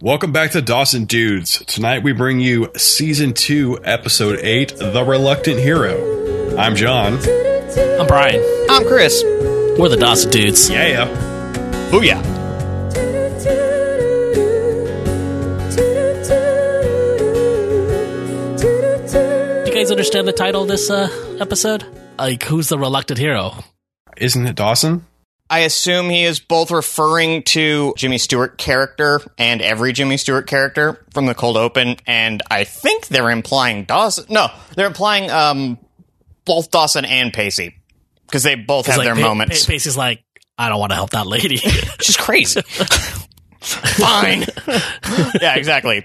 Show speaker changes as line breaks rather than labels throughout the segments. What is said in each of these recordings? Welcome back to Dawson Dudes. Tonight we bring you season two, episode eight, The Reluctant Hero. I'm John.
I'm Brian.
I'm Chris.
We're the Dawson dudes.
Yeah.
Booyah. Do you guys understand the title of this uh, episode? Like, who's the reluctant hero?
Isn't it Dawson?
I assume he is both referring to Jimmy Stewart character and every Jimmy Stewart character from the cold open, and I think they're implying Dawson. No, they're implying um, both Dawson and Pacey because they both have
It's like
their
Pa-
moments.
Pa- Pacey's like, I don't want to help that lady.
She's crazy. Fine. yeah, exactly.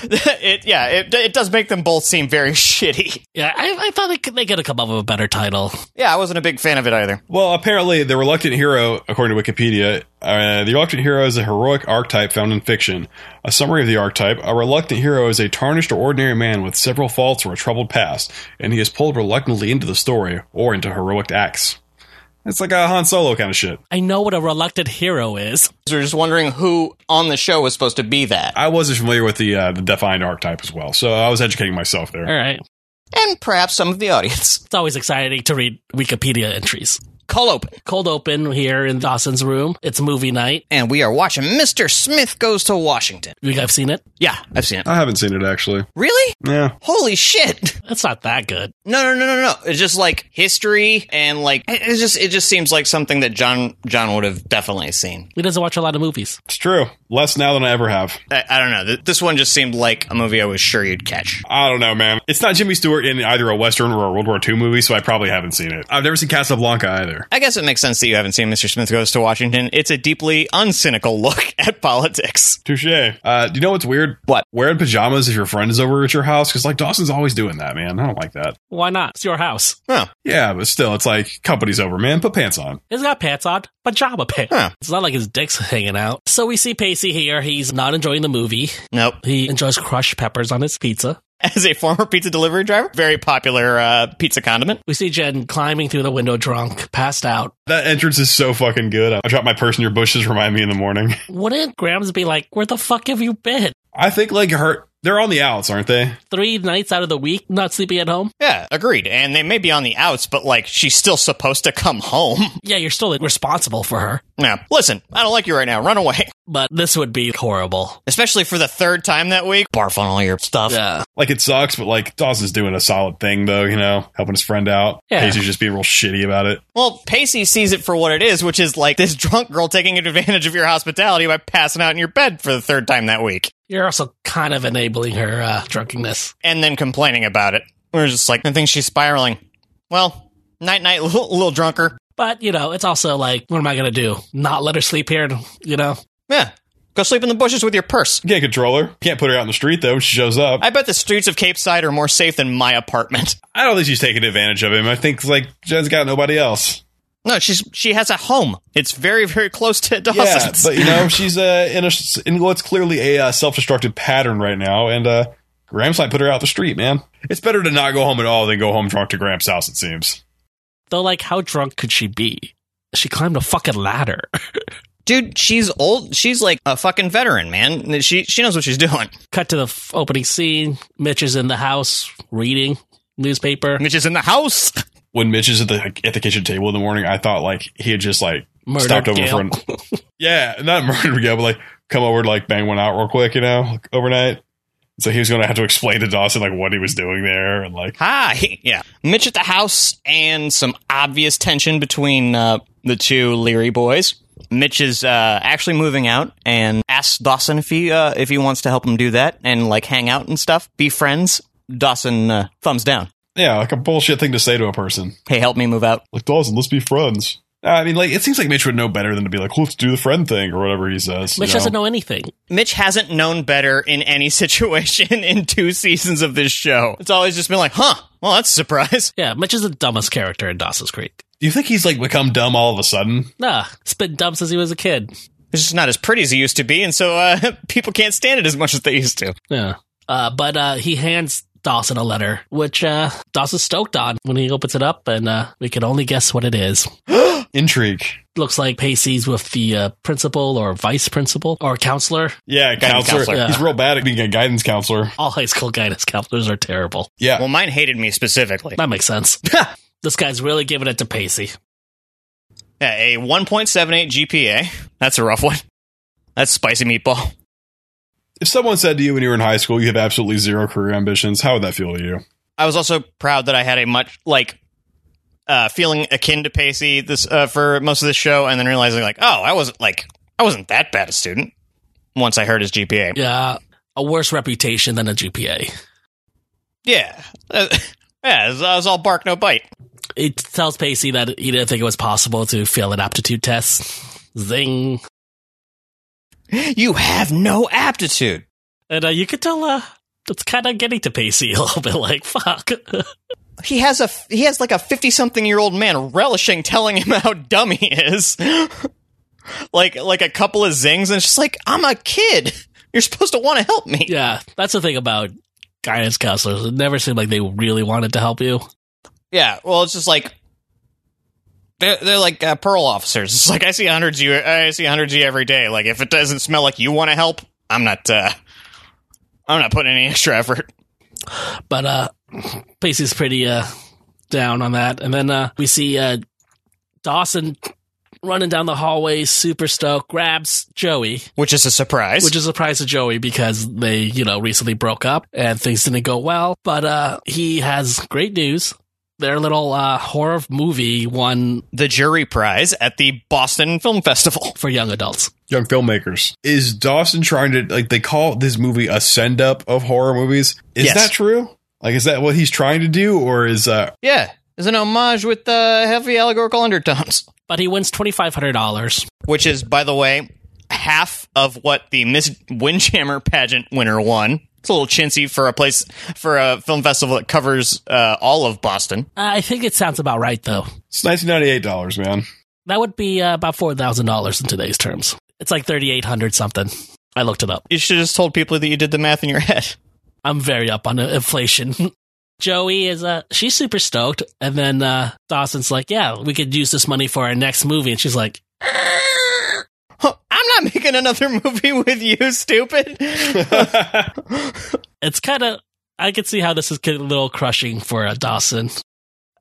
it, yeah, it, it does make them both seem very shitty.
yeah, I, I thought they could, they could have come up with a better title.
Yeah, I wasn't a big fan of it either.
Well, apparently, the reluctant hero, according to Wikipedia, uh, the reluctant hero is a heroic archetype found in fiction. A summary of the archetype a reluctant hero is a tarnished or ordinary man with several faults or a troubled past, and he is pulled reluctantly into the story or into heroic acts. It's like a Han Solo kind of shit.
I know what a reluctant hero is.
So we're just wondering who on the show was supposed to be that.
I wasn't familiar with the uh, the defined archetype as well, so I was educating myself there.
All right.
and perhaps some of the audience.
It's always exciting to read Wikipedia entries.
Call open.
Cold open here in Dawson's room. It's movie night.
And we are watching Mr. Smith Goes to Washington.
You guys seen it?
Yeah, I've seen it.
I haven't seen it actually.
Really?
Yeah,
Holy shit.
It's not that good.
No, no, no, no, no. It's just like history and like it it's just it just seems like something that John John would have definitely seen.
He doesn't watch a lot of movies.
it's true. Less now than I ever have.
I, I don't know. Th- This one just seemed like a movie I was sure you'd catch.
I don't know, man. It's not Jimmy Stewart in either a Western or a World War II movie, so I probably haven't seen it. I've never seen Casablanca either.
I guess it makes sense that you haven't seen Mr. Smith Goes to Washington. It's a deeply uncynical look at politics.
Touche. Uh, do you know what's weird?
What?
Wearing pajamas if your friend is over at your house? Because, like, Dawson's always doing that, man. I don't like that.
Why not? It's your house.
Huh.
Yeah, but still, it's like, company's over, man. Put pants on.
He's got pants on, pajama pants.
Huh.
It's not like his dick's hanging out. So we see Pacey here. He's not enjoying the movie.
Nope.
He enjoys crushed peppers on his pizza.
As a former pizza delivery driver, very popular uh, pizza condiment.
We see Jen climbing through the window drunk, passed out.
That entrance is so fucking good. I dropped my purse in your bushes, remind me in the morning.
Wouldn't Grams be like, where the fuck have you been?
I think, like, her. They're on the outs, aren't they?
Three nights out of the week, not sleeping at home?
Yeah, agreed. And they may be on the outs, but like she's still supposed to come home.
Yeah, you're still responsible for her.
Now, listen, I don't like you right now. Run away.
But this would be horrible.
Especially for the third time that week. Barf on all your stuff.
Yeah.
Like it sucks, but like Dawson's doing a solid thing though, you know, helping his friend out.
Yeah.
Pacey's just being real shitty about it.
Well, Pacey sees it for what it is, which is like this drunk girl taking advantage of your hospitality by passing out in your bed for the third time that week
You're also kind of enabling her uh, drunkenness.
and then complaining about it. We're just like, I think she's spiraling. Well, night night, little, little drunker.
But, you know, it's also like, what am I going to do? Not let her sleep here? You know?
Yeah. Go sleep in the bushes with your purse.
You can't control her. Can't put her out in the street though. when She shows up. I,
I bet the streets of Cape Side are more safe than my apartment.
don't think she's taking advantage of him. I think like Jen's got nobody else.
No, she's she has a home. It's very very close to Dawson's.
but you know she's uh, in a in what's clearly a uh, self-destructive pattern right now, and uh, Gramps might put her out the street, man. It's better to not go home at all than go home drunk to Gramps' house. It seems.
Though, like, how drunk could she be? She climbed a fucking ladder.
Dude, she's old. She's like a fucking veteran, man. She she knows what she's doing.
Cut to the f- opening scene. Mitch is in the house reading newspaper.
Mitch is in the house.
When Mitch is at the at the kitchen table in the morning, I thought like he had just like
Murdered
stopped over
Gail.
for an Yeah, not murder Miguel, but like come over to like bang one out real quick, you know, like, overnight. So he was going to have to explain to Dawson like what he was doing there and like
Hi. Yeah. Mitch at the house and some obvious tension between uh, the two Leary boys. Mitch is uh, actually moving out and asks Dawson if he uh, if he wants to help him do that and like hang out and stuff, be friends. Dawson uh, thumbs down.
yeah, like a bullshit thing to say to a person
Hey, help me move out.
like Dawson, let's be friends. I mean, like it seems like Mitch would know better than to be like let's do the friend thing or whatever he says. you
Mitch doesn't
know?
know anything.
Mitch hasn't known better in any situation in two seasons of this show. It's always just been like, huh, well, that's a surprise.
Yeah, Mitch is the dumbest character in Dawson's Creek.
Do you think he's like become dumb all of a sudden?
Nah, he's been dumb since he was a kid.
It's just not as pretty as it used to be, and so uh, people can't stand it as much as they used to.
Yeah. Uh, but uh, he hands Dawson a letter, which uh, Dawson's stoked on when he opens it up, and uh, we can only guess what it is.
Intrigue.
Looks like Pacey's with the uh, principal or vice principal or counselor.
Yeah,
Guidance
counselor.
counselor.
He's real bad at being a guidance counselor.
All high school guidance counselors are terrible.
Yeah.
Well, mine hated me specifically.
That makes sense. this guy's really giving it to Pacey.
Yeah, a 1.78 GPA. That's a rough one. That's spicy meatball.
if someone said to you when you were in high school you had absolutely zero career ambitions, how would that feel to you?
I was also proud that I had a much like uh, feeling akin to Pacey this uh, for most of this show, and then realizing like, oh, I wasn't like I wasn't that bad a student. Once I heard his GPA,
Yeah, a worse reputation than a GPA.
yeah, Uh, yeah, I was, I was all bark no bite.
It tells Pacey that he didn't think it was possible to fail an aptitude test. Zing.
You have no aptitude.
And uh, you could tell uh, it's kind of getting to Pacey a little bit. Like, fuck.
He has a f- he has like a fifty something year old man relishing telling him how dumb he is. like like a couple of zings, and it's just like I'm a kid. You're supposed to want to help me.
yeah, that's the thing about guidance counselors. It never seemed like they really wanted to help you.
Yeah, well, it's just like they're they're like uh, parole officers. It's like I see hundreds of you, I see hundreds of you every day. Like if it doesn't smell like you want to help, I'm not. uh I'm not putting any extra effort.
But uh, Pacey's pretty uh, down on that. And then uh, we see uh, Dawson running down the hallway, super stoked, grabs Joey.
Which is a surprise.
which is a surprise to Joey because they, you know, recently broke up and things didn't go well. But uh, he has great news. Their little uh, horror movie won
the jury prize at the Boston Film Festival.
for young adults.
Young filmmakers. Is Dawson trying to like they call this movie a send up of horror movies? Is
Yes.
that true? Like is that what he's trying to do or is uh
Yeah, is an homage with uh, heavy allegorical undertones.
But he wins twenty five hundred dollars.
Which is, by the way, half of what the Miss Windjammer pageant winner won. It's a little chintzy for a place for a film festival that covers uh, all of Boston.
I think it sounds about right, though.
it's $1998, man.
That would be uh, about four thousand dollars in today's terms. It's like thirty eight hundred something. I looked it up.
You should have just told people that you did the math in your head.
I'm very up on uh, inflation. Joey is uh she's super stoked, and then uh, Dawson's like, "Yeah, we could use this money for our next movie," and she's like,
Huh, I'm not making another movie with you, stupid.
it's kind of I can see how this is getting a little crushing for uh, Dawson.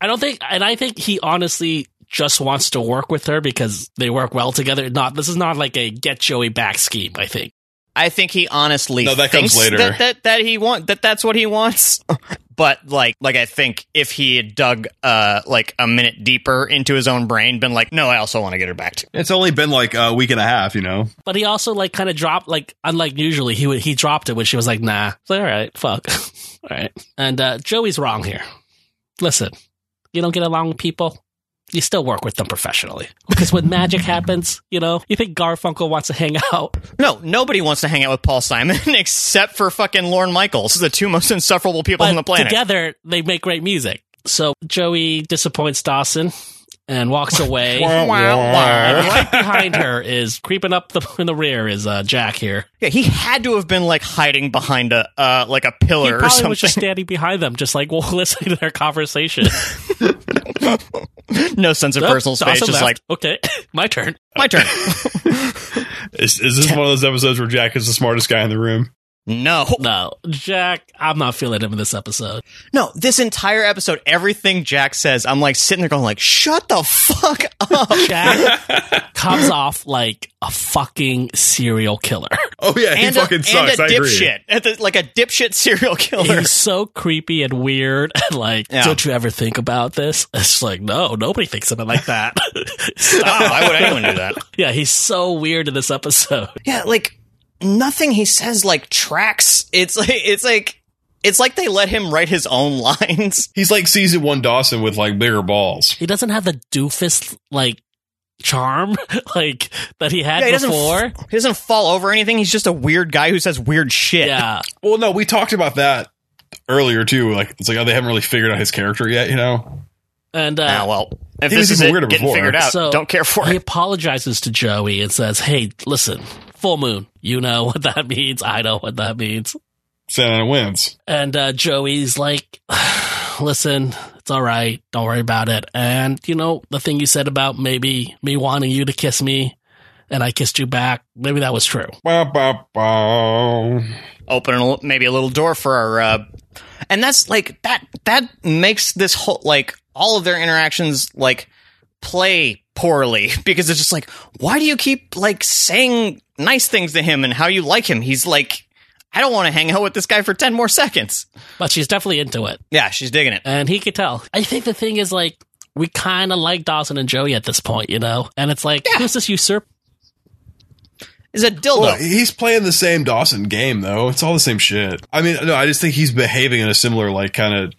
I don't think, and I think he honestly just wants to work with her because they work well together. Not this is not like a get Joey back scheme. I think
I think he honestly
No, that comes
thinks
later.
That, that that he want that that's what he wants. but like like I think if he had dug uh like a minute deeper into his own brain, been like, no, I also want to get her back. To
it's only been like a week and a half, you know.
but he also like kind of dropped like unlike usually he would he dropped it when she was like nah it's like all right fuck all right and uh, Joey's wrong here. Listen, you don't get along with people. You still work with them professionally because when magic happens, you know you think Garfunkel wants to hang out.
No, nobody wants to hang out with Paul Simon except for fucking Lorne Michaels, the two most insufferable people on the planet.
Together, they make great music. So Joey disappoints Dawson and walks away.
Wah, wah.
And right behind her is creeping up the in the rear is uh, Jack here.
yeah, he had to have been like hiding behind a uh like a
He
pillar or
probably
something.
was just standing behind them, just like well, listening to their conversation.
no sense of
Oh,
personal space,
Dawson left.
just like
okay, my turn.
my turn.
Is, is this one of those episodes where Jack is the smartest guy in the room?
no.
No, Jack, I'm not feeling him in this episode.
No, this entire episode, everything Jack says, I'm like sitting there going like, shut the fuck up.
Jack comes off like a fucking serial killer.
Oh yeah, he
and a,
fucking
and
sucks.
a
I agree.
dipshit. At the- Like a dipshit serial killer.
He's so creepy and weird. And like,
Yeah.
don't you ever think about this? It's like, no, nobody thinks of it like that. Stop.
Oh, Why would anyone do that?
Yeah, he's so weird in this episode.
Yeah, like nothing he says like tracks. It's like it's like it's like they let him write his own lines.
He's like season one Dawson with like bigger balls.
He doesn't have the doofus like charm like that he had
Yeah, he doesn't
before.
He doesn't fall over anything. He's just a weird guy who says weird shit.
yeah,
Well, no, we talked about that earlier too. Like it's like oh, they haven't really figured out his character yet, you know.
and
Ah,
uh,
well, if
He
this
was
is
even
it,
weirder
getting
before.
figured out,
So-
don't care for
he
it.
apologizes to Joey and says, "Hey, listen, full moon. You know what that means. I know what that means."
Santa Ana wins.
And uh, Joey's like, listen, it's all right. Don't worry about it. And, you know, the thing you said about maybe me wanting you to kiss me and I kissed you back, maybe that was true.
Bow, bow, bow.
open a, li- maybe a little door for our uh and that's like that that makes this whole like all of their interactions like play poorly because it's just like why do you keep like saying nice things to him and how you like him he's like i don't want to hang out with this guy for 10 more seconds
But she's definitely into it.
yeah she's digging it
and he could tell. I think the thing is like we kind of like Dawson and Joey at this point, you know, and it's like who's this usurp?
is a dildo
Well, he's playing the same Dawson game though. It's all the same shit. I mean, no, I just think he's behaving in a similar like kind of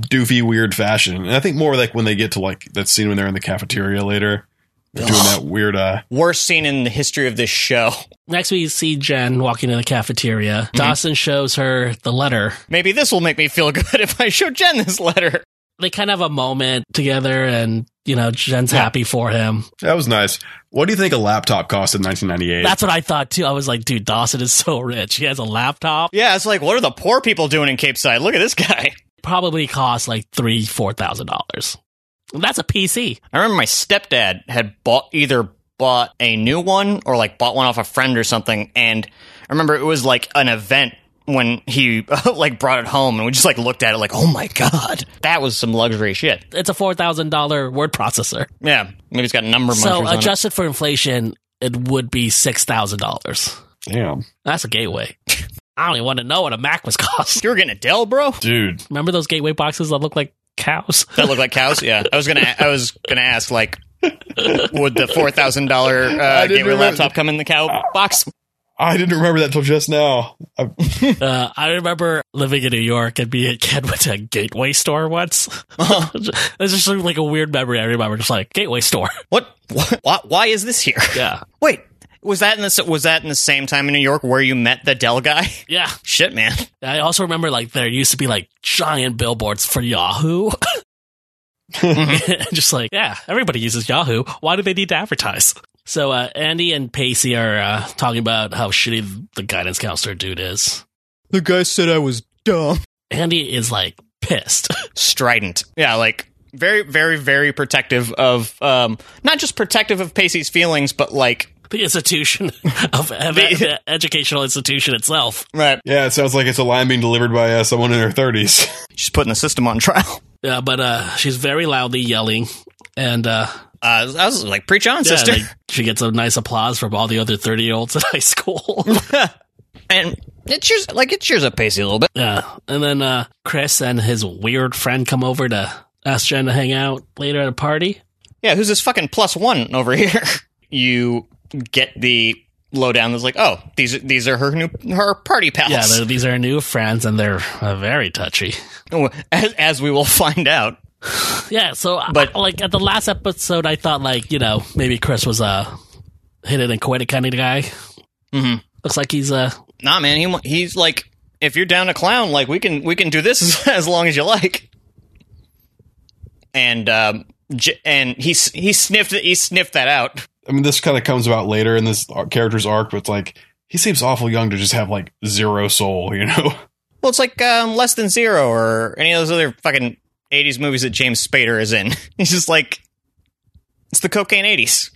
doofy, weird fashion. And I think more like when they get to like that scene when they're in the cafeteria later, they're doing that weird. uh
worst scene in the history of this show
Next we see Jen walking in the cafeteria.
Mm-hmm.
Dawson shows her the letter.
maybe this will make me feel good if i show jen this letter
They kind of have a moment together, and you know Jen's happy for him.
That was nice. What do you think a laptop cost in 1998?
That's what I thought too. I was like, dude, Dawson is so rich. He has a laptop.
yeah it's like what are the poor people doing in cape side look at this guy
Probably costs like three, four thousand dollars. That's a PC.
I remember my stepdad had bought either bought a new one or like bought one off a friend or something. And I remember it was like an event when he like brought it home and we just like looked at it like, oh my God, that was some luxury shit.
It's a four thousand dollar word processor.
Yeah. Maybe it's got number
So
uh,
munchers on it.
adjusted for inflation, it would be six thousand dollars.
Damn,
That's a gateway. I don't even want to know what a Mac was cost.
You were getting a Dell, bro?
dude.
Remember those gateway boxes that look like cows?
That looked like cows. Yeah. I was going to, I was going to ask like, would the $4,000 uh,
I didn't
gateway
remember-
laptop come in the cow box?
I didn't remember that till just now. I,
Uh, I remember living in New York and being a kid went to a gateway store once. it's just like a weird memory. I remember just like gateway store.
What, what, why is this here?
Yeah.
Wait, was that in the, was that in the same time in New York where you met the Dell guy?
Yeah.
Shit, man.
I also remember like there used to be like giant billboards for Yahoo. just like, yeah, everybody uses Yahoo. Why do they need to advertise? So uh, Andy and Pacey are uh, talking about how shitty the guidance counselor dude is.
The guy said I was dumb.
Andy is like pissed.
Strident. Yeah, like very, very, very protective of um not just protective of Pacey's feelings, but like
the institution of of the educational institution itself.
right.
yeah, it sounds like it's a line being delivered by uh, someone in their 30s.
She's putting the system on trial.
Yeah, but uh, she's very loudly yelling, and uh,
Uh, I was like, preach on,
yeah,
sister.
like, she gets a nice applause from all the other thirty year olds at high school.
and it cheers like it cheers up Pacey a little bit.
yeah, and then uh, Chris and his weird friend come over to ask Jen to hang out later at a party.
Yeah, who's this fucking plus one over here? you get the lowdown that's like, oh, these these are her new her party
Yeah,
pals.
they're- these are new friends, and they're uh, very touchy.
as, as we will find out.
Yeah, so
But-
I, like at the last episode, I thought like you know maybe Chris was a hit it and quit it kind of guy.
Mm-hmm.
Looks like he's uh
Nah, man, he, wa- he's like, if you're down to clown, like we can we can do this as, as long as you like. And um, J- and he s- he sniffed it- he sniffed that out.
I mean, this kind of comes about later in this ar- character's arc, but it's like he seems awful young to just have like zero soul, you know?
Well, it's like um, less than zero or any of those other fucking '80s movies that James Spader is in. He's just like, it's the cocaine '80s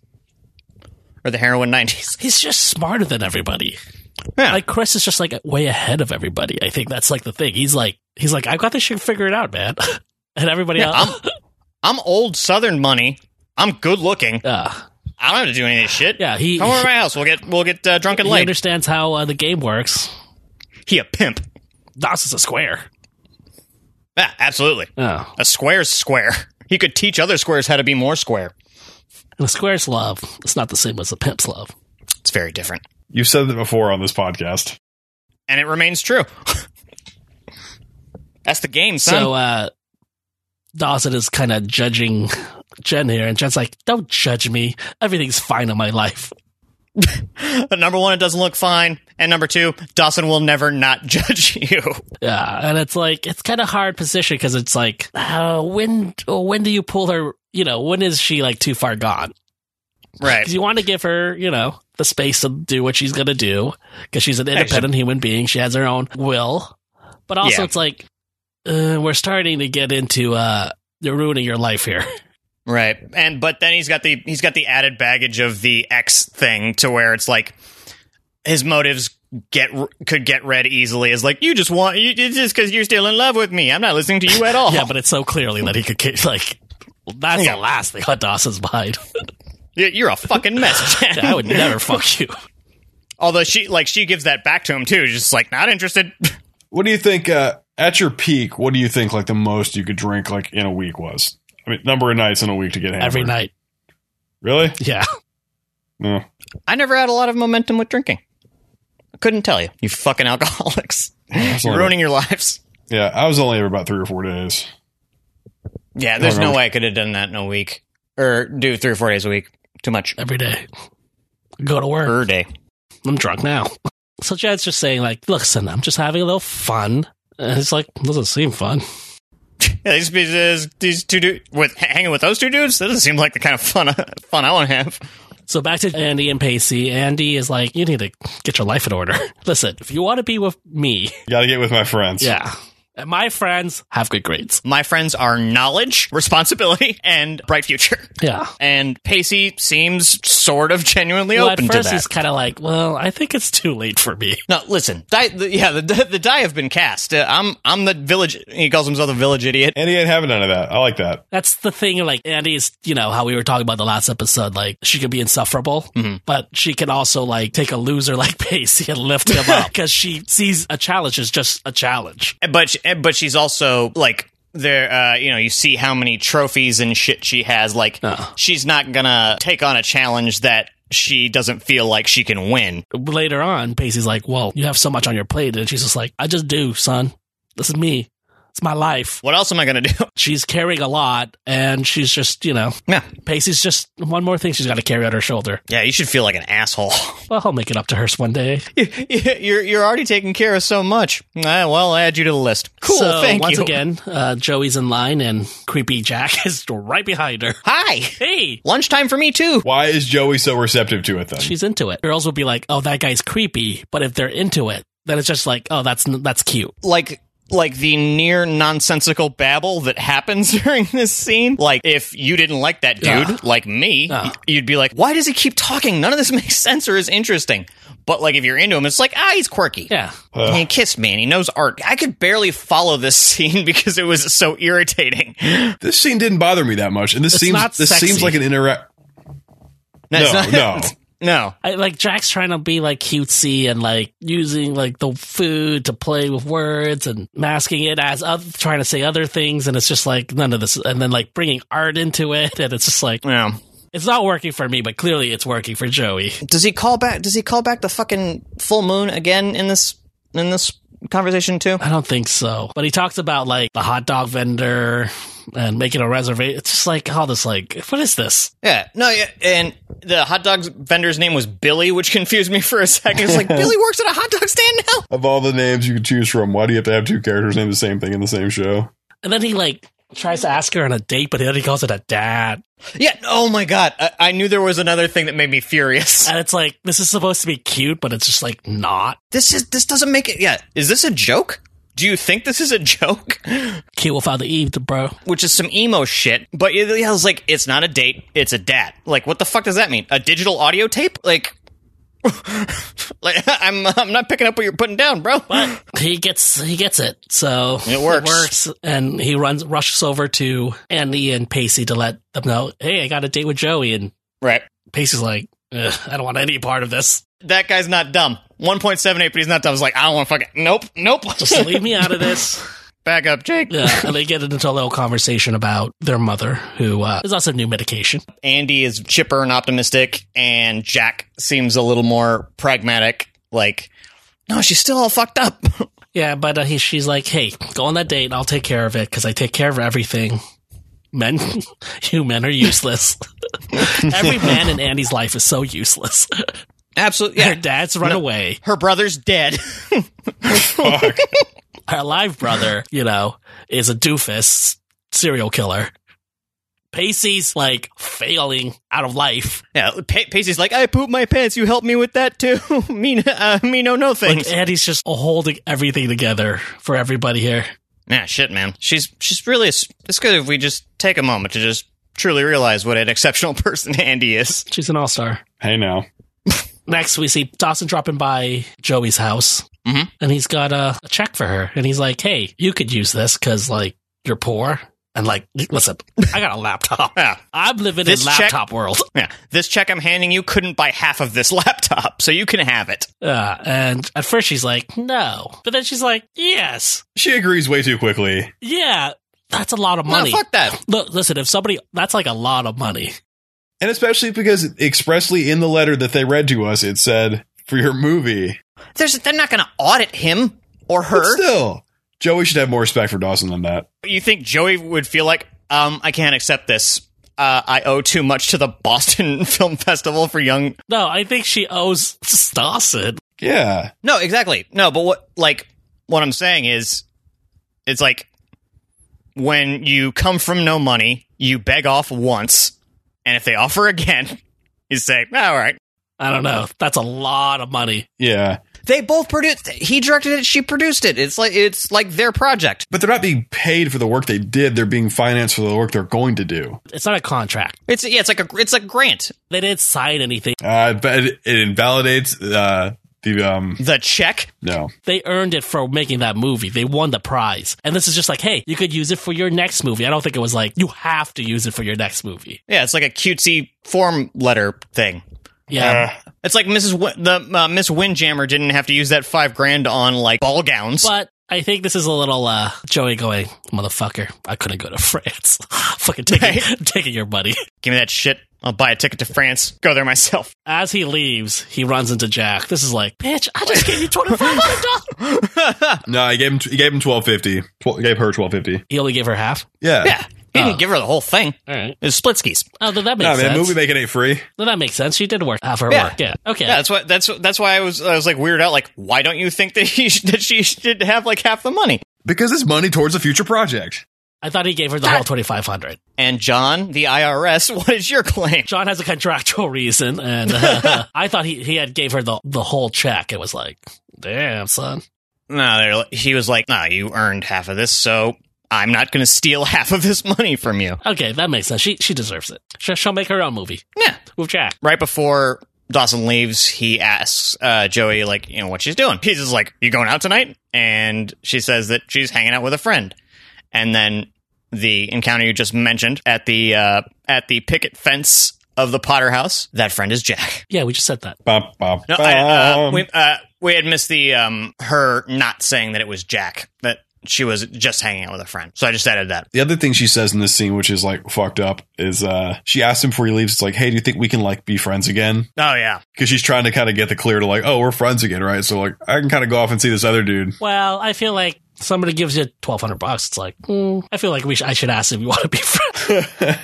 or the heroin '90s.
he's just smarter than everybody.
Yeah.
Like Chris is just like way ahead of everybody. I think that's like the thing. He's like he's like I've got this shit figured out, man. and everybody
Yeah,
else,
I'm old Southern money. I'm good looking.
yeah,
I don't have to do any of this shit.
yeah, he
Come over to my house. We'll get we'll get uh, drunk and
he
late.
understands how uh, the game works.
he a pimp.
Dawson's a square.
Yeah, absolutely.
Oh,
A square's square. He could teach other squares how to be more square.
and a square's love. It's not the same as a pimp's love.
It's very different.
You've said that before on this podcast.
And it remains true. That's the game, son.
So uh, Dawson is kind of judging Jen here, and Jen's like, "Don't judge me. Everything's fine in my life."
but number one, it doesn't look fine. And number two, Dawson will never not judge you.
Yeah, and it's like it's kind of hard position because it's like uh, when when do you pull her? You know, when is she like too far gone?
Right.
Because you want to give her, you know, the space to do what she's gonna do because she's an
she's-
independent human being. She has her own will, but also
Yeah.
it's like uh, we're starting to get into uh, you're ruining your life here.
Right. And but then he's got the he's got the added baggage of the X thing to where it's like his motives get could get read easily as like you just want you it's just cuz you're still in love with me. I'm not listening to you at all.
Yeah, but it's so clearly that he could get, like that's
Yeah.
the last thing on Dawson's mind.
You- you're a fucking mess. Jen.
I would never fuck you.
Although she like she gives that back to him too, just like not interested.
What do you think uh, at your peak? What do you think like the most you could drink like in a week was? I mean, number of nights in a week to get hammered.
Every night.
Really?
Yeah.
No.
I never had a lot of momentum with drinking. I couldn't tell you. You fucking alcoholics.
That's
You're
only-
ruining your lives.
Yeah, I was only there about three or four days.
Yeah, there's no
no.
way I could have done that in a week or do 3 or 4 days a week. Too much
Every day. Go to work.
per day.
Er, I'm drunk now. So Chad's just saying, like, listen, I'm just having a little fun. And it's like, doesn't seem fun.
Yeah, these these, these two dudes with hanging with those two dudes. That doesn't seem like the kind of fun fun I want to have.
So back to Andy and Pacey. Andy is like, you need to get your life in order. Listen, if you want to be with me,
Got to get with my friends.
yeah. And my friends have good grades.
My friends are knowledge, responsibility, and bright future.
Yeah.
And Pacey seems sort of genuinely
Well, at
open
first
to that.
he's kind of like, well, I think it's too late for me.
No, listen. Die, the, yeah, the, the die have been cast. Uh, I'm I'm the village. He calls himself the village idiot.
And he ain't having none of that. I like that.
That's the thing. Like Andy's, you know, how we were talking about the last episode. Like she could be insufferable,
Mm-hmm.
but she can also like take a loser like Pacey and lift him up because she sees a challenge as just a challenge.
Eh, But sh- but she's also like there. Uh, you know, you see how many trophies and shit she has. Like
Uh.
she's not gonna take on a challenge that she doesn't feel like she can win.
Later on, Pacey's like, "Well, you have so much on your plate," and she's just like, "I just do, son. This is me. It's my life."
What else am I gonna do?
She's carrying a lot, and she's just, you know,
Yeah.
Pacey's just one more thing she's got to carry on her shoulder.
Yeah, you should feel like an asshole.
Well, I'll make it up to her one day.
you're you're already taking care of so much. Ah, well, I'll add you to the list. Cool,
so,
thank
once
you.
again, uh, Joey's in line, and creepy Jack is right behind her.
Hi.
Hey,
Lunchtime for me too.
Why is Joey so receptive to it then?
she's into it. Girls will be like, "Oh, that guy's creepy," but if they're into it, then it's just like, "Oh, that's that's cute."
like like the near nonsensical babble that happens during this scene. Like if you didn't like that dude,
Yeah.
like me,
Yeah.
y- you'd be like, "Why does he keep talking? None of this makes sense or is interesting." But like if you're into him, it's like, "Ah, he's quirky."
Yeah.
Ugh.
He kissed me and he knows art. I could barely follow this scene because it was so irritating. No,
this scene didn't bother me that much, and this
It's
seems
not
this
sexy.
seems like an interact.
it's
No, no.
no.
I, like Jack's trying to be like cutesy and like using like the food to play with words and masking it as oth- trying to say other things, and it's just like none of this. And then like bringing art into it, and it's just like
No.
it's not working for me, but clearly it's working for Joey.
Does he call back? Does he call back the fucking full moon again in this in this conversation too?
I don't think so. But he talks about like the hot dog vendor and making a reservation. It's just like all this like what is this?
Yeah, no, yeah, and the hot dog vendor's name was Billy, which confused me for a second. It's like Billy works at a hot dog stand now.
Of all the names you could choose from, why do you have to have two characters name the same thing in the same show?
And then he like tries to ask her on a date, but then he calls it a dad.
Yeah. Oh my god, I, I knew there was another thing that made me furious.
And it's like this is supposed to be cute, but it's just like not
This is this doesn't make it. Yeah, is this a joke? Do you think this is a joke?
cute without the eve, bro.
Which is some emo shit. But yeah, I was like, it's not a date, it's a dat. Like, what the fuck does that mean? A digital audio tape? Like, like I'm I'm not picking up what you're putting down, bro.
But he gets he gets it. So
It works.
and he runs rushes over to Andy and Pacey to let them know, hey, I got a date with Joey, and
Right.
Pacey's like, Ugh, I don't want any part of this.
That guy's not dumb. 1.78, but he's not dumb. I was like, I don't want to fucking. Nope, nope.
Just leave me out of this.
Back up, Jake.
Yeah, and they get into a little conversation about their mother, who uh, is also new medication.
Andy is chipper and optimistic, and Jack seems a little more pragmatic. Like, no, she's still all fucked up.
Yeah, but uh, he, she's like, "Hey, go on that date. I'll take care of it because I take care of everything." Men, you men are useless. Every man in Andy's life is so useless.
Absolutely.
Their dads run away.
Her brother's dead.
Fuck.
Her live brother, you know, is a doofus serial killer. Pacey's like failing out of life.
yeah, Pa- Pacey's like, I pooped my pants. You helped me with that too. me, uh, me, no, no
Like
thanks.
Andy's just holding everything together for everybody here.
Yeah, shit, man. She's she's really. It's good if we just take a moment to just truly realize what an exceptional person Andy is.
She's an all star.
Hey now.
Next, we see Dawson dropping by Joey's house,
Mhm.
and he's got a, a check for her, and he's like, "Hey, you could use this because like you're poor." And like, listen, I got a laptop.
Yeah,
I'm living
This
in
check-
laptop world.
yeah. This check I'm handing you couldn't buy half of this laptop, so you can have it.
Uh, and at first she's like, no. But then she's like, yes.
She agrees way too quickly.
Yeah. That's a lot of money.
No, fuck that.
Look, listen, if somebody, that's like a lot of money.
And especially because expressly in the letter that they read to us, it said, for your movie.
There's, they're not going to audit him or her.
But still, Joey should have more respect for Dawson than that.
you think Joey would feel like, um, I can't accept this. Uh, I owe too much to the Boston Film Festival for young.
No, I think she owes Dawson.
Yeah.
No, exactly. No, but what, like, what I'm saying is, it's like when you come from no money, you beg off once, and if they offer again, you say, "Ah, all right.
I don't know. That's a lot of money.
Yeah.
They both produced. He directed it. She produced it. It's like it's like their project.
But they're not being paid for the work they did. They're being financed for the work they're going to do.
It's not a contract.
It's yeah. It's like a it's a grant.
They didn't sign anything.
Uh, but it, it invalidates uh, the. um
The check.
No.
They earned it for making that movie. They won the prize. And this is just like, hey, you could use it for your next movie. I don't think it was like, you have to use it for your next movie.
Yeah. It's like a cutesy form letter thing.
Yeah.
It's like Mrs. Win- the uh, Miss Windjammer didn't have to use that five grand on like ball gowns.
But I think this is a little uh, Joey going, motherfucker, I couldn't go to France. Fucking taking, taking your money.
Give me that shit. I'll buy a ticket to France. Go there myself.
As he leaves, he runs into Jack. This is like, bitch, I just gave you $2,500.
No, I gave him. He gave him twelve fifty. Tw- gave her twelve fifty.
he only gave her half.
Yeah.
Yeah. Uh. He didn't give her the whole thing.
All right.
It was split skis.
Oh, then that makes
No, man,
sense.
movie making ain't free.
Then that makes sense. She did work half her
Yeah.
work. Yeah. Okay.
Yeah, that's what that's that's why I was I was like weird out. Like, why don't you think that he that she should have like half the money?
Because it's money towards a future project.
I thought he gave her the whole 2500
And John, the IRS, what is your claim?
John has a contractual reason, and uh, I thought he, he had gave her the, the whole check. It was like, damn, son.
No, they're li- he was like, no, you earned half of this, so I'm not going to steal half of this money from you.
Okay, that makes sense. She she deserves it. She, she'll make her own movie
Yeah.
with Jack.
Right before Dawson leaves, he asks uh, Joey, like, you know, what she's doing. He's just like, you going out tonight? And she says that she's hanging out with a friend. And then the encounter you just mentioned at the uh, at the picket fence of the Potter house, that friend is Jack.
Yeah, we just said that.
Bum, bum,
No, I, uh,
bum.
we uh, we had missed the um her not saying that it was Jack, that she was just hanging out with a friend. So I just added that.
the other thing she says in this scene, which is like fucked up, is uh she asks him before he leaves. It's like, hey, do you think we can like be friends again?
Oh yeah,
Because she's trying to kind of get the clear to like, oh, we're friends again, right? So like, I can kind of go off and see this other dude.
Well, I feel like somebody gives you twelve hundred bucks. It's like mm, I feel like we sh- I should ask if you want to be friends.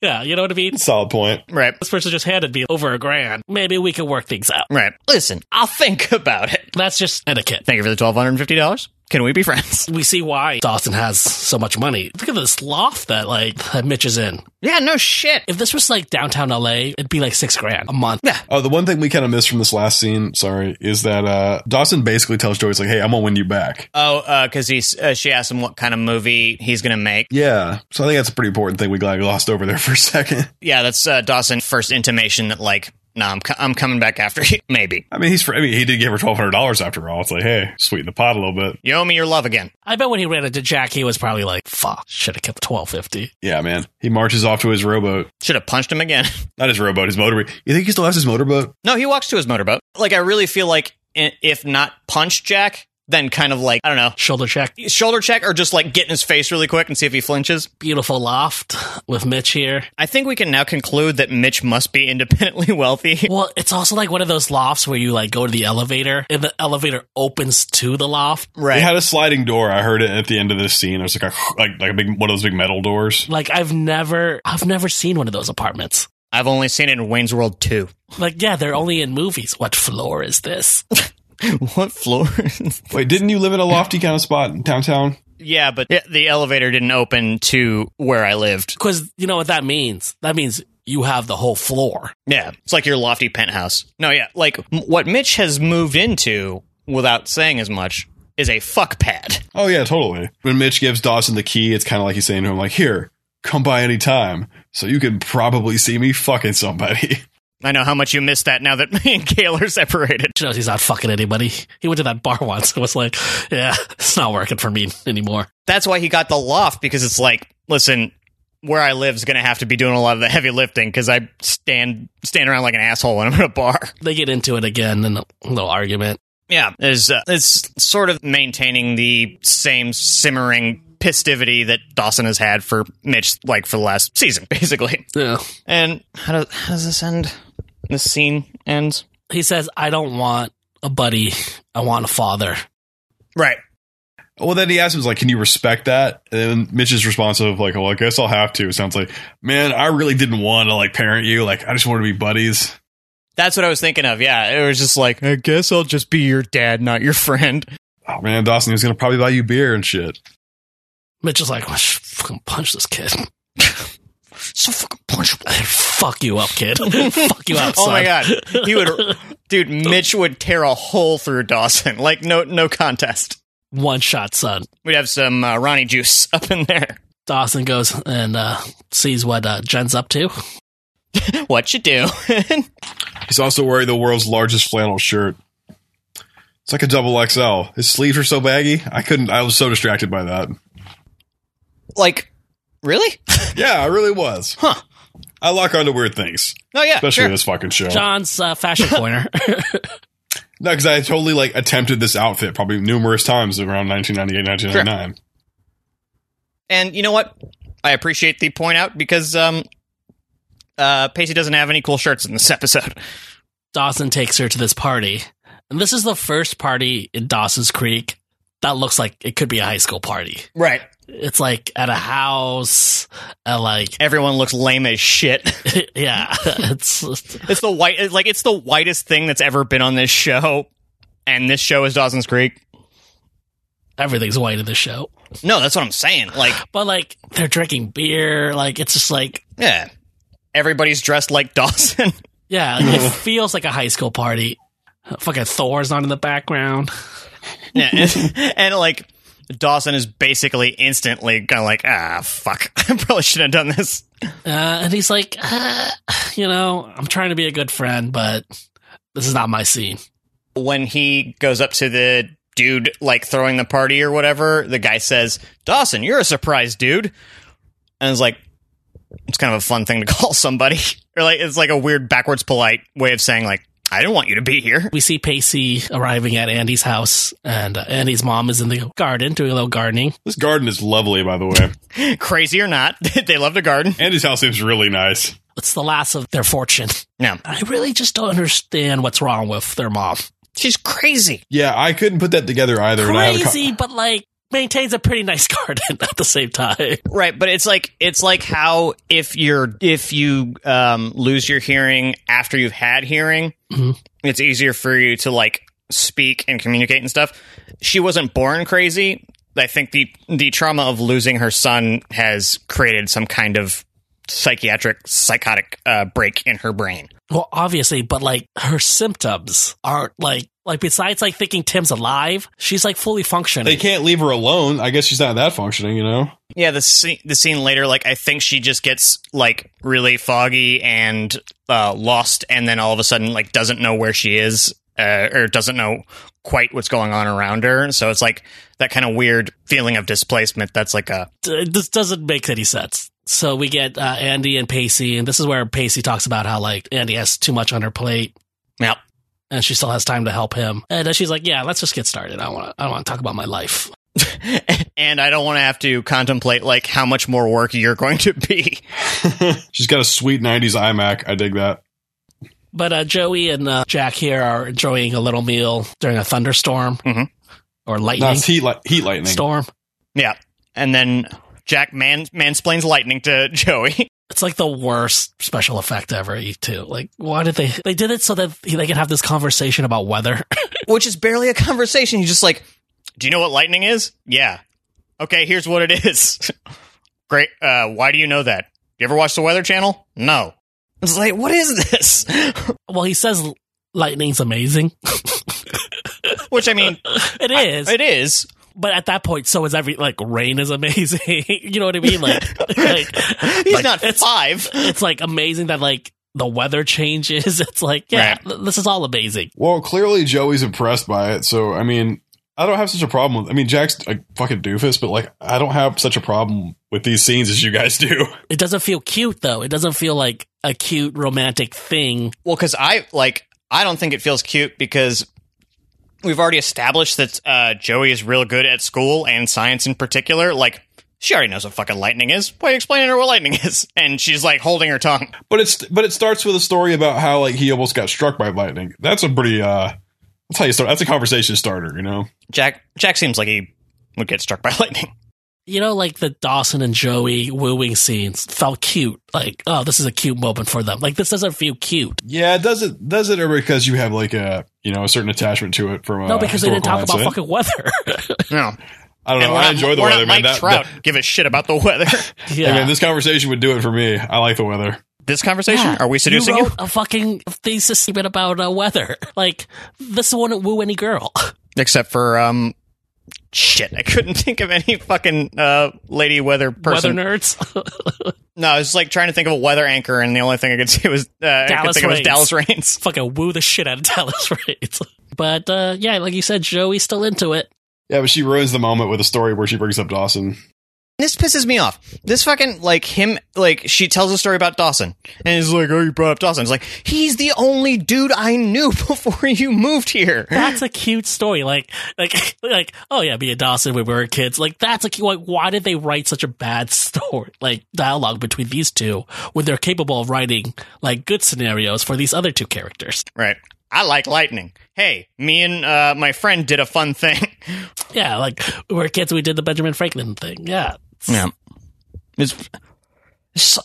yeah, you know what I mean.
Solid point.
right,
This person just handed me over a grand. Maybe we could work things out.
right. Listen, I'll think about it.
That's just etiquette.
Thank you for the twelve hundred and fifty dollars. Can we be friends?
We see why Dawson has so much money. Look at this loft that like that Mitch is in.
Yeah, no shit.
If this was like downtown LA, it'd be like six grand a month.
Yeah.
Oh, the one thing we kind of missed from this last scene, sorry, is that uh Dawson basically tells Joey, he's like, hey, I'm gonna win you back.
Oh, because he's uh, she asked him what kind of movie he's gonna make.
Yeah. So I think that's a pretty important thing we glad we lost over there for a second.
Yeah, that's uh, Dawson's first intimation that like, nah, I'm co- I'm coming back after you. Maybe
I mean, he's. fr- I mean, he did give her twelve hundred dollars after all. It's like, hey, sweeten the pot a little bit.
you owe me your love again.
I bet when he ran into Jack, he was probably like, "Fuck, should have kept twelve fifty.
Yeah, man. He marches off to his rowboat.
Should have punched him again.
Not his rowboat, his motorboat. You think he still has his motorboat?
No, he walks to his motorboat. Like, I really feel like i- if not punch Jack, then kind of like, I don't know,
Shoulder check.
shoulder check or just like get in his face really quick and see if he flinches.
Beautiful loft with Mitch here.
I think we can now conclude that Mitch must be independently wealthy.
Well, it's also like one of those lofts where you like go to the elevator and the elevator opens to the loft.
It
Right.
had a sliding door. I heard it at the end of this scene. It was like a like, like a big one of those big metal doors.
Like I've never I've never seen one of those apartments.
I've only seen it in Wayne's World 2.
Like yeah, they're only in movies. What floor is this?
what floor?
Wait, didn't you live in a lofty kind of spot in downtown?
yeah, but the- the elevator didn't open to where I lived.
Cuz you know what that means? That means you have the whole floor.
Yeah, it's like your lofty penthouse. No, yeah, like m- what Mitch has moved into without saying as much is a fuck pad.
Oh yeah, totally. When Mitch gives Dawson the key, it's kind of like he's saying to him, like, "Here, come by anytime, so you can probably see me fucking somebody."
I know how much you missed that now that me and Kale are separated.
She knows he's not fucking anybody. He went to that bar once and was like, yeah, it's not working for me anymore.
That's why he got the loft because it's like, listen, where I live is going to have to be doing a lot of the heavy lifting because I stand stand around like an asshole when I'm in a bar.
They get into it again in a little argument.
Yeah, there's uh, it's sort of maintaining the same simmering pistivity that Dawson has had for Mitch like for the last season, basically.
Yeah.
And how does how does this end? This scene ends
He says, I don't want a buddy. I want a father.
right.
Well, then he asks him, like, can you respect that? And Mitch's response of, like, well, I guess I'll have to. It sounds like, man, I really didn't want to, like, parent you. Like, I just wanted to be buddies.
That's what I was thinking of. Yeah, it was just like I guess I'll just be your dad, not your friend.
Oh, man, Dawson, he was going to probably buy you beer and shit.
Mitch is like, well, sh- fucking punch this kid.
So fucking punchable.
Fuck you up, kid. Fuck you up,
Oh my
son.
god, he would, dude. Mitch would tear a hole through Dawson. Like no, no contest.
One shot, son.
We'd have some uh, Ronnie juice up in there.
Dawson goes and uh, sees what uh, Jen's up to.
What you do?
He's also wearing the world's largest flannel shirt. It's like a double XL. His sleeves are so baggy. I couldn't, I was so distracted by that.
like, really?
Yeah, I really was.
Huh.
I lock onto weird things,
Oh yeah,
especially
sure.
this fucking show.
John's uh, fashion corner.
No, because I totally, like, attempted this outfit probably numerous times around 1998, 1999.
And you know what? I appreciate the point out because um, uh, Pacey doesn't have any cool shirts in this episode.
Dawson takes her to this party. And this is the first party in Dawson's Creek that looks like it could be a high school party.
Right.
It's like at a house, and like,
Everyone looks lame as shit.
yeah, it's
It's the white, it's like it's the whitest thing that's ever been on this show, and this show is Dawson's Creek.
everything's white in the show.
No, that's what I'm saying. Like,
But like, they're drinking beer. Like, it's just like,
yeah, everybody's dressed like Dawson.
yeah, like, it feels like a high school party. Fucking Thor's not in the background.
yeah, and, and, like Dawson is basically instantly kind of like, ah, fuck, I probably shouldn't have done this.
Uh, and he's like, "Uh, you know, I'm trying to be a good friend, but this is not my scene.
When he goes up to the dude like throwing the party or whatever, the guy says, "Dawson, you're a surprise dude," and it's like. It's kind of a fun thing to call somebody, or like it's like a weird backwards polite way of saying like, "I didn't want you to be here."
We see Pacey arriving at Andy's house, and uh, Andy's mom is in the garden doing a little gardening.
This garden is lovely, by the way.
crazy or not, they love to garden.
Andy's house seems really nice.
It's the last of their fortune.
No,
I really just don't understand what's wrong with their mom.
she's crazy.
Yeah, I couldn't put that together either. and I had a co-
Crazy, but like maintains a pretty nice garden at the same time.
Right, but it's like it's like how if you're if you um, lose your hearing after you've had hearing,
Mhm.
it's easier for you to like speak and communicate and stuff. She wasn't born crazy. I think the the trauma of losing her son has created some kind of psychiatric psychotic uh, break in her brain.
Well, obviously, but like her symptoms aren't like like besides like thinking Tim's alive, she's like fully
they
functioning.
can't leave her alone. I guess she's not that functioning, you know?
Yeah, the scene, the scene later, like I think she just gets like really foggy and uh, lost, and then all of a sudden, like doesn't know where she is uh, or doesn't know quite what's going on around her. So it's like that kind of weird feeling of displacement. That's like a
D- This doesn't make any sense. So we get uh, Andy and Pacey, and this is where Pacey talks about how like Andy has too much on her plate,
yeah,
and she still has time to help him. And then she's like, "Yeah, let's just get started. I want to. I want to talk about my life."
and I don't want to have to contemplate like how much more work you're going to be.
She's got a sweet 90s iMac. I dig that.
But uh, Joey and uh, Jack here are enjoying a little meal during a thunderstorm
Mhm.
or
No,
lightning
it's heat, li- heat lightning.
storm.
Yeah, and then Jack man mansplains lightning to Joey.
It's like the worst special effect ever. You too. Like, why did they? They did it so that they could have this conversation about weather.
which is barely a conversation. He's just like, "Do you know what lightning is?" Yeah. Okay, here's what it is. Great. Uh, why do you know that? You ever watch the Weather Channel? No. It's like, what is this?
well, he says lightning's amazing.
Which I mean,
It is.
it is.
but at that point, so is every like rain is amazing. you know what I mean? Like, like
He's
like,
not
It's,
five.
it's like amazing that like the weather changes. It's like yeah,
Right.
th- this is all amazing.
Well, clearly Joey's impressed by it, so I mean, I don't have such a problem with. I mean, Jack's a fucking doofus, but like, I don't have such a problem with these scenes as you guys do.
It doesn't feel cute though. It doesn't feel like a cute romantic thing.
Well, because I like, I don't think it feels cute because we've already established that uh, Joey is real good at school and science in particular. Like, she already knows what fucking lightning is. Why are you explaining to her what lightning is? And she's like holding her tongue.
But it's but it starts with a story about how like he almost got struck by lightning. That's a pretty uh, that's how you start. That's a conversation starter, you know.
Jack, Jack seems like he would get struck by lightning.
You know, like the Dawson and Joey wooing scenes felt cute. Like, oh, this is a cute moment for them. Like, this doesn't feel cute.
Yeah, it does it does it or because you have like a you know a certain attachment to it from a
No, because they didn't talk
historical
about
mindset.
fucking weather.
No,
I don't
and
know.
we're
Oh, I
not,
enjoy the
we're
weather,
not
man.
Mike
That,
Trout.
that-
give a shit about the weather.
yeah.
Hey, man, this conversation would do it for me. I like the weather.
this conversation?
Yeah.
Are we seducing
you
you?
wrote a fucking thesis statement about uh, weather. Like this wouldn't woo any girl.
Except for um, shit. I couldn't think of any fucking uh lady weather person.
Weather nerds.
No, I was like trying to think of a weather anchor, and the only thing I could see was uh, I could
Dallas
think of was
Reigns.
Dallas Rains.
fucking woo the shit out of Dallas Rays. But uh, yeah, like you said, Joey's still into it.
Yeah, but she ruins the moment with a story where she brings up Dawson.
This pisses me off. This fucking like him like she tells a story about Dawson, and he's like, "Oh, you brought up Dawson." It's like he's the only dude I knew before you moved here.
That's a cute story. Like, like, like. Oh yeah, me and Dawson when we were kids. Like that's a cute. Like, why did they write such a bad story? Like dialogue between these two when they're capable of writing like good scenarios for these other two characters.
Right. I like lightning. Hey, me and uh, my friend did a fun thing.
Yeah, like we were kids. We did the Benjamin Franklin thing. Yeah.
Yeah. It's, it's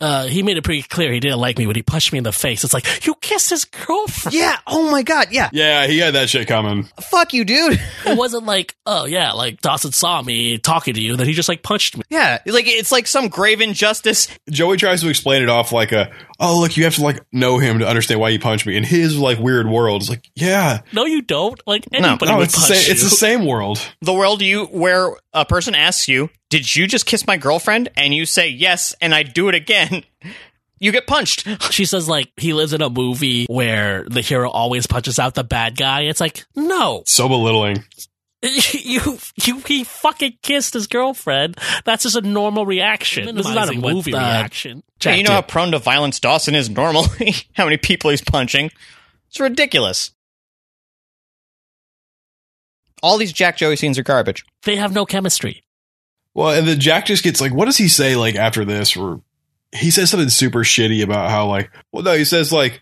uh, he made it pretty clear he didn't like me when he punched me in the face. It's like you kissed his girlfriend.
yeah. Oh my god. Yeah.
Yeah, he had that shit coming.
Fuck you, dude.
It wasn't like oh yeah, like Dawson saw me talking to you, then he just like punched me.
Yeah. Like it's like some grave injustice.
Joey tries to explain it off like a, oh look, you have to like know him to understand why he punched me. In his like weird world, it's like, yeah,
No, you don't. Like anybody
no, Oh,
would
it's the
punch
same.
you.
It's the same world.
The world you where a person asks you, "Did you just kiss my girlfriend?" and you say yes, and I do it again. You get punched.
she says like he lives in a movie where the hero always punches out the bad guy. It's like no,
So belittling.
you you he fucking kissed his girlfriend. That's just a normal reaction. This is not a
Minimizing what,
movie
uh,
reaction.
Yeah, you
Jack
know how
did.
prone to violence Dawson is normally. how many people he's punching? It's ridiculous. All these Jack Joey scenes are garbage.
they have no chemistry.
Well, and then Jack just gets like, what does he say like after this? Or he says something super shitty about how like, well, no, he says like,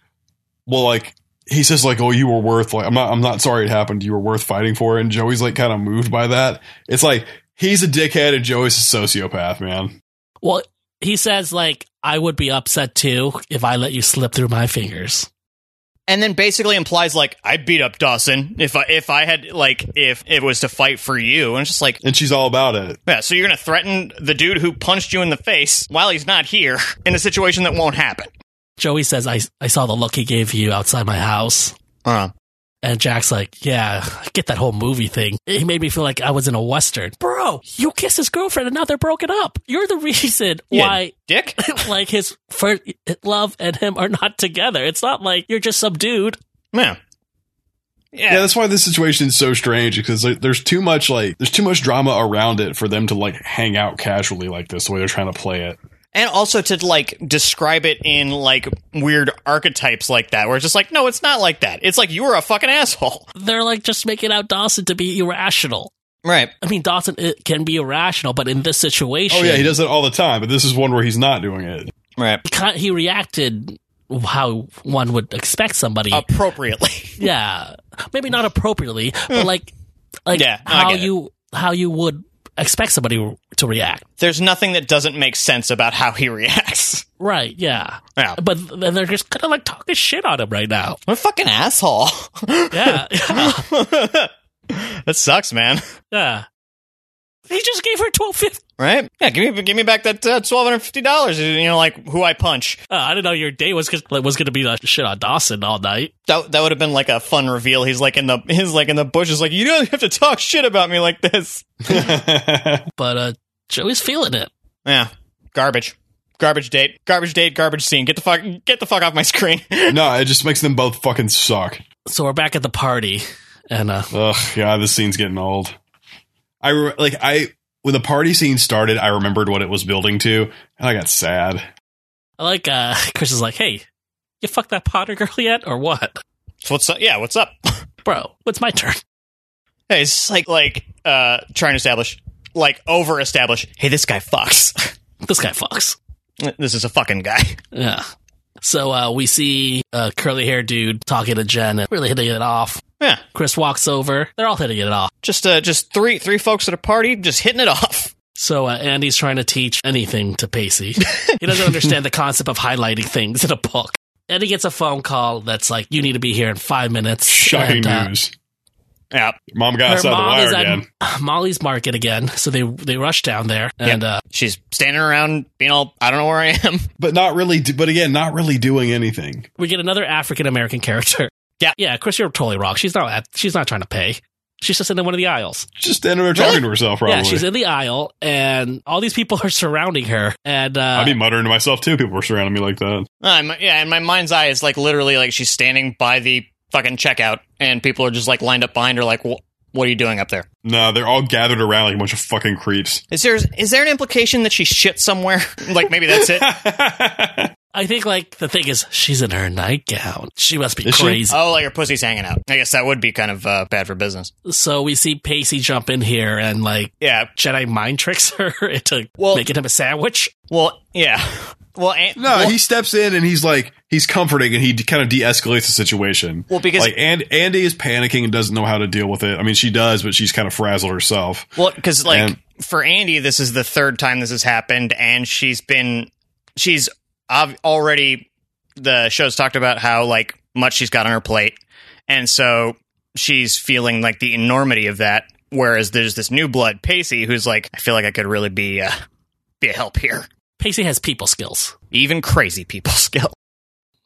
well, like he says like, oh, you were worth like, I'm not, I'm not sorry it happened. You were worth fighting for. And Joey's like kind of moved by that. It's like he's a dickhead and Joey's a sociopath, man.
Well, he says like I would be upset too if I let you slip through my fingers.
and then basically implies like I beat up Dawson if I if I had like if it was to fight for you, and it's just like
And she's all about it.
yeah, so you're gonna threaten the dude who punched you in the face while he's not here in a situation that won't happen.
Joey says, I, I saw the look he gave you outside my house.
Uh,
And Jack's like, yeah, I get that whole movie thing. He made me feel like I was in a Western. Bro, you kissed his girlfriend and now they're broken up. You're the reason
Yeah.
why,
Dick.
like, his first love and him are not together. It's not like you're just some dude.
Yeah.
Yeah.
Yeah.
that's why this situation is so strange because like, there's too much like there's too much drama around it for them to like hang out casually like this the way they're trying to play it.
And also to like describe it in like weird archetypes like that, where it's just like, no, it's not like that. It's like you were a fucking asshole.
They're like just making out Dawson to be irrational.
Right.
I mean, Dawson it can be irrational, but in this situation,
Oh yeah, he does it all the time, but this is one where he's not doing it.
Right.
kind- he reacted how one would expect somebody
Appropriately.
yeah maybe not appropriately but like like
Yeah, no, I
how
get it.
you how you would expect somebody to react
There's nothing that doesn't make sense about how he reacts.
right yeah
Yeah.
but then they're just kind of like talking shit on him right now
What a fucking asshole.
yeah yeah,
that sucks, man.
yeah. he just gave her 12
right? Yeah, give me give me back that uh, twelve hundred fifty dollars. You know, like who I punch.
Uh, I didn't know your day was gonna, was going to be like shit on Dawson all night.
That that would have been like a fun reveal. He's like in the he's like in the bushes. Like you don't have to talk shit about me like this.
But uh, Joey's feeling it.
Yeah, garbage, garbage date, garbage date, garbage scene. Get the fuck get the fuck off my screen.
no, it just makes them both fucking suck.
So we're back at the party, and uh,
Ugh, God, this scene's getting old. I re- like I when the party scene started, I remembered what it was building to, and I got sad.
I like uh, Chris is like, "Hey, you fucked that Potter girl yet, or what,
So what's up? Yeah, what's up?
bro? What's my turn?"
Hey, it's just like like uh trying to establish like over establish. Hey, this guy fucks.
This guy fucks.
this is a fucking guy.
Yeah. So uh, we see a curly haired dude talking to Jen and really hitting it off.
Yeah,
Chris walks over. They're all hitting it off.
just uh just three three folks at a party just hitting it off.
So uh, Andy's trying to teach anything to Pacey. he doesn't understand the concept of highlighting things in a book. And he gets a phone call that's like, "You need to be here in five minutes."
Shocking
And, uh,
news.
Yeah,
Mom got us
her
out the
mom
wire
is at
again.
Molly's Market again. So they they rush down there, and uh,
she's standing around being all I don't know where I am.
but not really. Do- but again, not really doing anything.
we get another African American character.
Yeah.
yeah, Chris, you're totally wrong. She's not at, she's not trying to pay. She's just in one of the aisles.
Just standing there talking to herself. Probably.
Yeah, she's in the aisle, and all these people are surrounding her. And uh,
I'd be muttering to myself too. People were surrounding me like that.
I'm, yeah, Uh, in my mind's eye, it's like literally like she's standing by the fucking checkout, and people are just like lined up behind her, like, "Wh- "What are you doing up there?"
No, they're all gathered around like a bunch of fucking creeps.
Is there is there an implication that she shit somewhere? like maybe that's it.
I think like the thing is, she's in her nightgown. She must be
Is she?
crazy.
Oh, like her pussy's hanging out. I guess that would be kind of uh, bad for business.
So we see Pacey jump in here and like
Yeah.
Jedi mind tricks her into
Well-
making him a sandwich.
Well, yeah. Well, and,
no,
well,
he steps in and he's like he's comforting and he kind of de-escalates the situation.
Well, because-
like and Andy is panicking and doesn't know how to deal with it. I mean, she does, but she's kind of frazzled herself.
Well, because like
And-
for Andy, this is the third time this has happened, and she's been she's ob- already the show's talked about how like much she's got on her plate, and so she's feeling like the enormity of that. Whereas there's this new blood, Pacey, who's like, I feel like I could really be uh, be a help here,
Pacey has people skills,
even crazy people skill.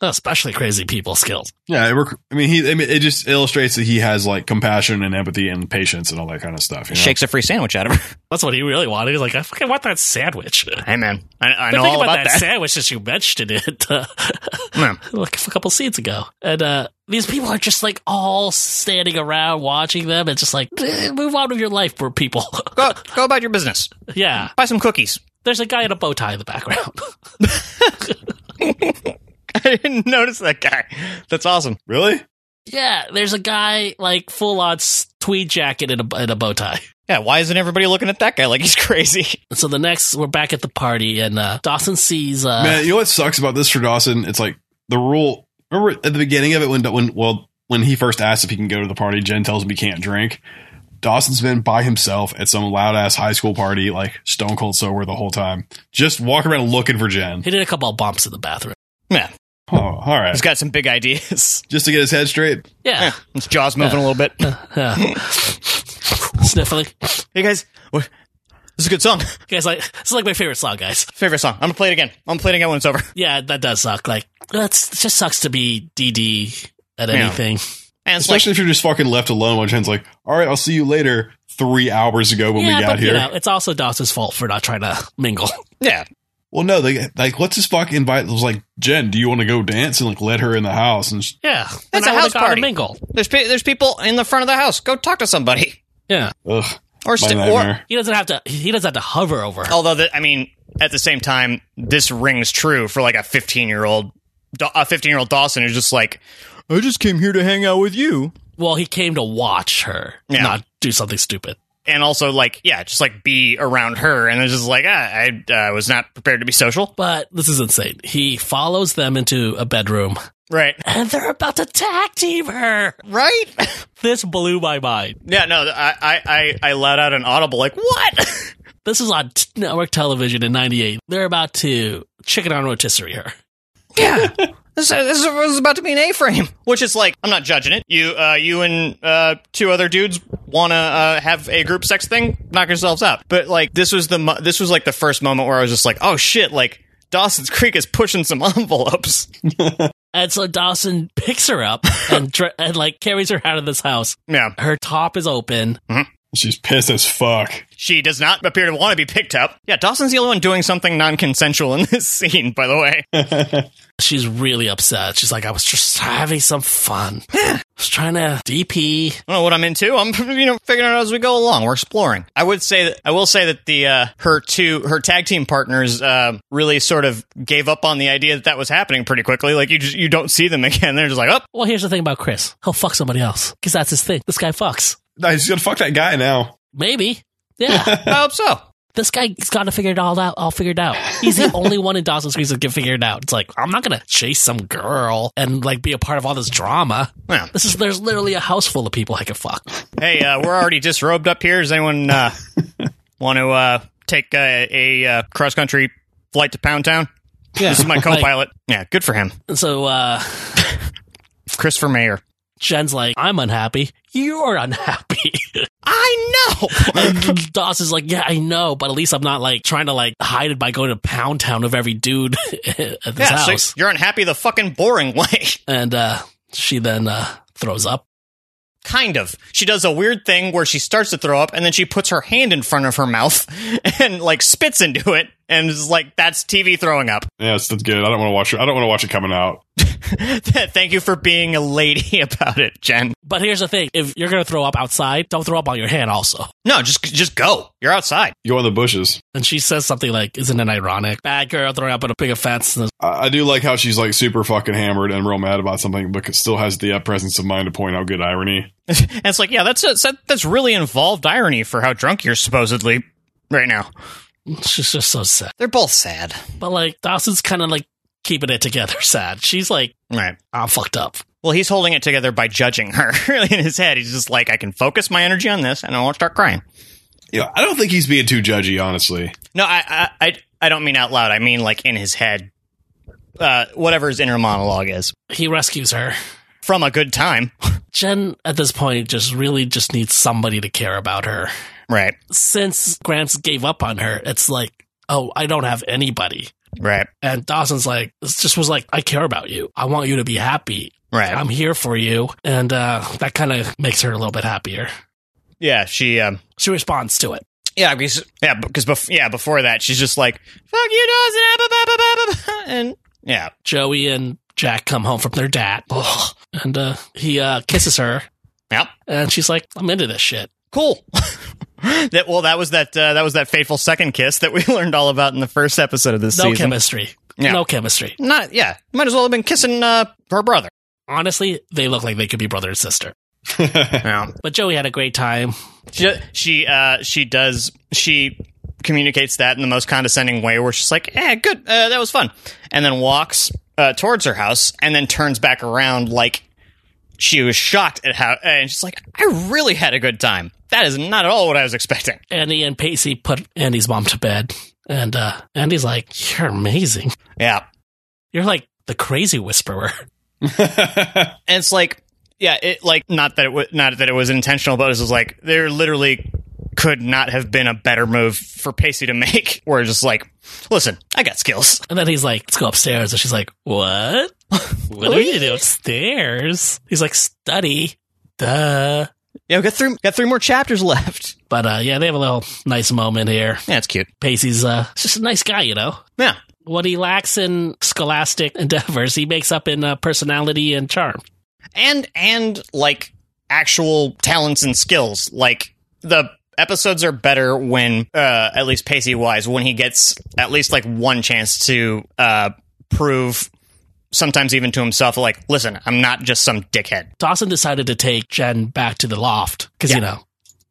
especially crazy people skills.
Yeah, it rec- I mean, he. I mean, it just illustrates that he has like compassion and empathy and patience and all that kind of stuff. You know?
Shakes a free sandwich out of her.
That's what he really wanted. He's like, I fucking want that sandwich.
Hey man, I, I
But
know
think
all about, that.
sandwich that you mentioned it uh,
Yeah.
like a couple scenes ago, and uh, these people are just like all standing around watching them, and just like "Eh, move on with your life, for people.
Go go about your business.
yeah,
Buy some cookies.
there's a guy in a bow tie in the background.
I didn't notice that guy. That's awesome.
Really?
yeah, there's a guy like full on tweed jacket and a, and a bow tie.
Yeah, why isn't everybody looking at that guy like he's crazy?
So the next, we're back at the party, and uh, Dawson sees. Uh,
Man, you know what sucks about this for Dawson? It's like the rule. Remember at the beginning of it when when well when he first asks if he can go to the party, Jen tells him he can't drink. Dawson's been by himself at some loud ass high school party, like stone cold sober the whole time, just walking around looking for Jen.
he did a couple of bumps in the bathroom.
Yeah,
Oh, all right,
he's got some big ideas.
just to get his head straight.
Yeah,
His jaw's moving a little bit.
yeah. sniffling. You
Hey guys, what? this is a good song.
guys, like it's like my favorite song, guys.
Favorite song. I'm gonna play it again. I'm gonna play it again when it's over.
Yeah, that does suck. Like that's it just sucks to be DD at
Yeah.
anything.
And it's
Especially if you're just fucking left alone while Jen's like, "All right, I'll see you later." Three hours ago when
yeah,
we got
but
here.
you know, it's also Dawson's fault for not trying to mingle.
like, yeah,
Well, no, they like, what's his fuck invite? It was like, Jen, do you want to go dance and like let her in the house? And she,
Yeah,
It's
and
a
I would've
house
gone to
party.
Mingle.
there's pe- there's people in the front of the house. Go talk to somebody.
Yeah,
ugh,
Or
my
st- or
nightmare.
he doesn't have to. He doesn't have to hover over. her.
although the, I mean, at the same time, this rings true for like a 15 year old a 15 year old Dawson who's just like, I just came here to hang out with you.
Well, he came to watch her,
Yeah.
not do something stupid.
And also, like, yeah, just like be around her, and it's just like, ah, I uh, was not prepared to be social.
But this is insane. He follows them into a bedroom,
Right.
and they're about to tag team her.
Right?
This blew my mind.
Yeah, no, I, I, I, I let out an audible like, what?
This is on t- network television in '98. They're about to chicken on rotisserie her.
yeah. This, this was about to be an A-frame, which is like I'm not judging it. You, uh, you and uh, two other dudes want to uh, have a group sex thing, knock yourselves out. But like this was the mo- this was like the first moment where I was just like, oh shit, like Dawson's Creek is pushing some envelopes.
And so Dawson picks her up and dr- and like carries her out of this house.
Yeah,
Her top is open.
She's pissed as fuck.
she does not appear to want to be picked up. Yeah, Dawson's the only one doing something non-consensual in this scene, by the way.
She's really upset. She's like, I was just having some fun. I was trying to DP.
I don't know what I'm into. I'm you know figuring it out as we go along. We're exploring. I would say that I will say that the uh, her two her tag team partners uh, really sort of gave up on the idea that that was happening pretty quickly. Like you just you don't see them again. They're just like, oh,
Well, here's the thing about Chris. He'll fuck somebody else because that's his thing. This guy fucks.
Nah, He's gonna fuck that guy now.
Maybe. Yeah.
I hope so.
this guy's got to figure it all out. All figured out. He's the only one in Dawson's Creek that can figure it out. It's like I'm not gonna chase some girl and like be a part of all this drama.
Yeah.
This is there's literally a house full of people I could fuck.
Hey, uh, we're already disrobed up here. Does anyone uh, want to uh, take uh, a uh, cross country flight to Pound Town?
Yeah.
This is my co-pilot. yeah, good for him,
And so uh,
Christopher Mayer.
Jen's like, I'm unhappy. You're unhappy.
I know.
and Dawson's like, Yeah, I know, but at least I'm not like trying to like hide it by going to Pound Town of every dude at this
yeah, so
house.
you're unhappy the fucking boring way.
and uh, she then uh, throws up.
Kind of. She does a weird thing where she starts to throw up and then she puts her hand in front of her mouth and like spits into it and is like, that's TV throwing up.
Yeah, that's, that's good. I don't want to watch it. I don't want to watch it coming out.
Thank you for being a lady about it, Jen.
But here's the thing: if you're gonna throw up outside, don't throw up on your hand. Also.
No, just just go. You're outside.
Go in the bushes.
And she says something like, Isn't it ironic? Bad girl throwing up at a big offense. And
I, I do like how she's like super fucking hammered and real mad about something, but c- still has the uh, presence of mind to point out good irony.
And it's like, yeah, that's a, that's really involved irony for how drunk you're supposedly right now.
she's just so sad.
They're both sad.
But like, Dawson's kind of like keeping it together sad. She's like,
Right.
I'm fucked up.
Well, he's holding it together by judging her in his head. He's just like, I can focus my energy on this and I won't start crying.
Yeah, I don't think he's being too judgy, honestly.
No, I, I, I, I don't mean out loud. I mean like in his head. Uh, whatever his inner monologue is
He rescues her.
from a good time,
Jen, at this point, just really just needs somebody to care about her.
right?
Since Grants gave up on her, it's like, Oh, I don't have anybody.
Right,
And Dawson's like, this just was like, I care about you. I want you to be happy.
right.
I'm here for you. And uh, that kind of makes her a little bit happier.
yeah, she. Um,
She responds to it.
yeah, because yeah, because bef- yeah, before that, she's just like, "Fuck you, Dawson," ah, bah, bah, bah, bah, bah," and yeah,
Joey and Jack come home from their dad, Ugh. and uh, he uh, kisses her,
yep,
and she's like, "I'm into this shit."
cool. that well, that was that uh, that was that fateful second kiss that we learned all about in the first episode of this
No
season.
chemistry.
Yeah.
No chemistry.
Not yeah, might as well have been kissing uh, her brother.
Honestly, they look like they could be brother and sister.
Yeah.
But Joey had a great time.
She she uh she does she communicates that in the most condescending way where she's like, "Eh, good. Uh, that was fun." And then walks uh, towards her house and then turns back around like she was shocked at how uh, and she's like, "I really had a good time. That is not at all what I was expecting."
Andy and Pacey put Andy's mom to bed, and uh, Andy's like, "You're amazing.
Yeah.
You're like the crazy whisperer."
And it's like, yeah, it like not that it was not that it was intentional, but it was just like there literally could not have been a better move for Pacey to make. Where it's just like, listen, I got skills.
And then he's like, "Let's go upstairs," and she's like, "What? What are you doing upstairs?" He's like, "Study." Duh.
Yeah, we got three got three more chapters left.
But uh, yeah, they have a little nice moment here.
Yeah, it's cute.
Pacey's uh, just a nice guy, you know.
Yeah.
What he lacks in scholastic endeavors, he makes up in uh, personality and charm.
And and like actual talents and skills. Like the episodes are better when uh at least Pacey wise when he gets at least like one chance to uh prove sometimes even to himself like listen, I'm not just some dickhead.
Dawson decided to take Jen back to the loft because you
Yeah.
know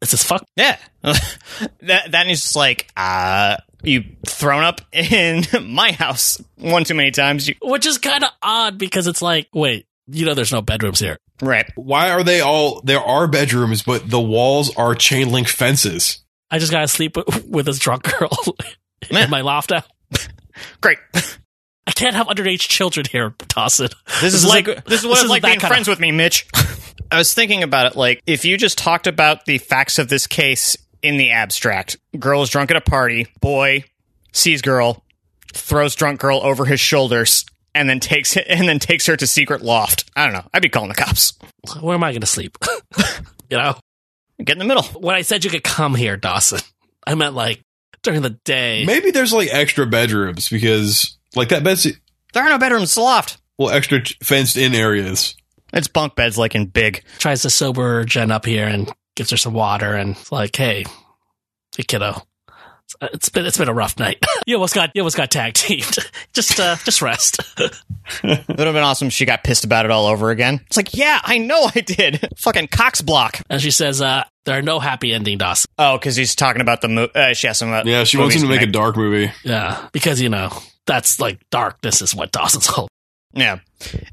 it's his fuck.
Yeah. that that is just like uh you thrown up in my house one too many times. You,
Which is kind of odd because it's like, wait, you know, there's no bedrooms here.
right.
Why are they all? There are bedrooms, but the walls are chain link fences.
I just gotta sleep with, with this drunk girl in
Man.
my loft. now.
Great.
I can't have underage children here, Dawson.
This is like, this is what it's
is
like
that
being
kinda-
friends with me, Mitch. I was thinking about it. Like, if you just talked about the facts of this case in the abstract, girl is drunk at a party, boy sees girl, throws drunk girl over his shoulders, and then takes and then takes her to secret loft. I don't know. I'd be calling the cops.
Where am I going to sleep? you know,
Get in the middle.
when I said you could come here, Dawson, I meant like during the day.
Maybe there's like extra bedrooms because like that bed's
There are no bedrooms. It's a loft.
well extra fenced in areas.
It's bunk beds, like in big.
Tries to sober Jen up here and gives her some water and it's like, hey, hey kiddo. it's- It's been it's been a rough night. you almost got you almost got tag teamed. just uh, just rest.
It would have been awesome if she got pissed about it all over again. It's like, yeah, I know I did. Fucking Cox block.
And she says, uh, there are no happy ending, Dawson.
Oh, because he's talking about the mo- uh, she asked him about
Yeah, she wants him
movies
to make
he
a dark movie.
Yeah. Because, you know, that's like darkness is what Dawson's all
Yeah.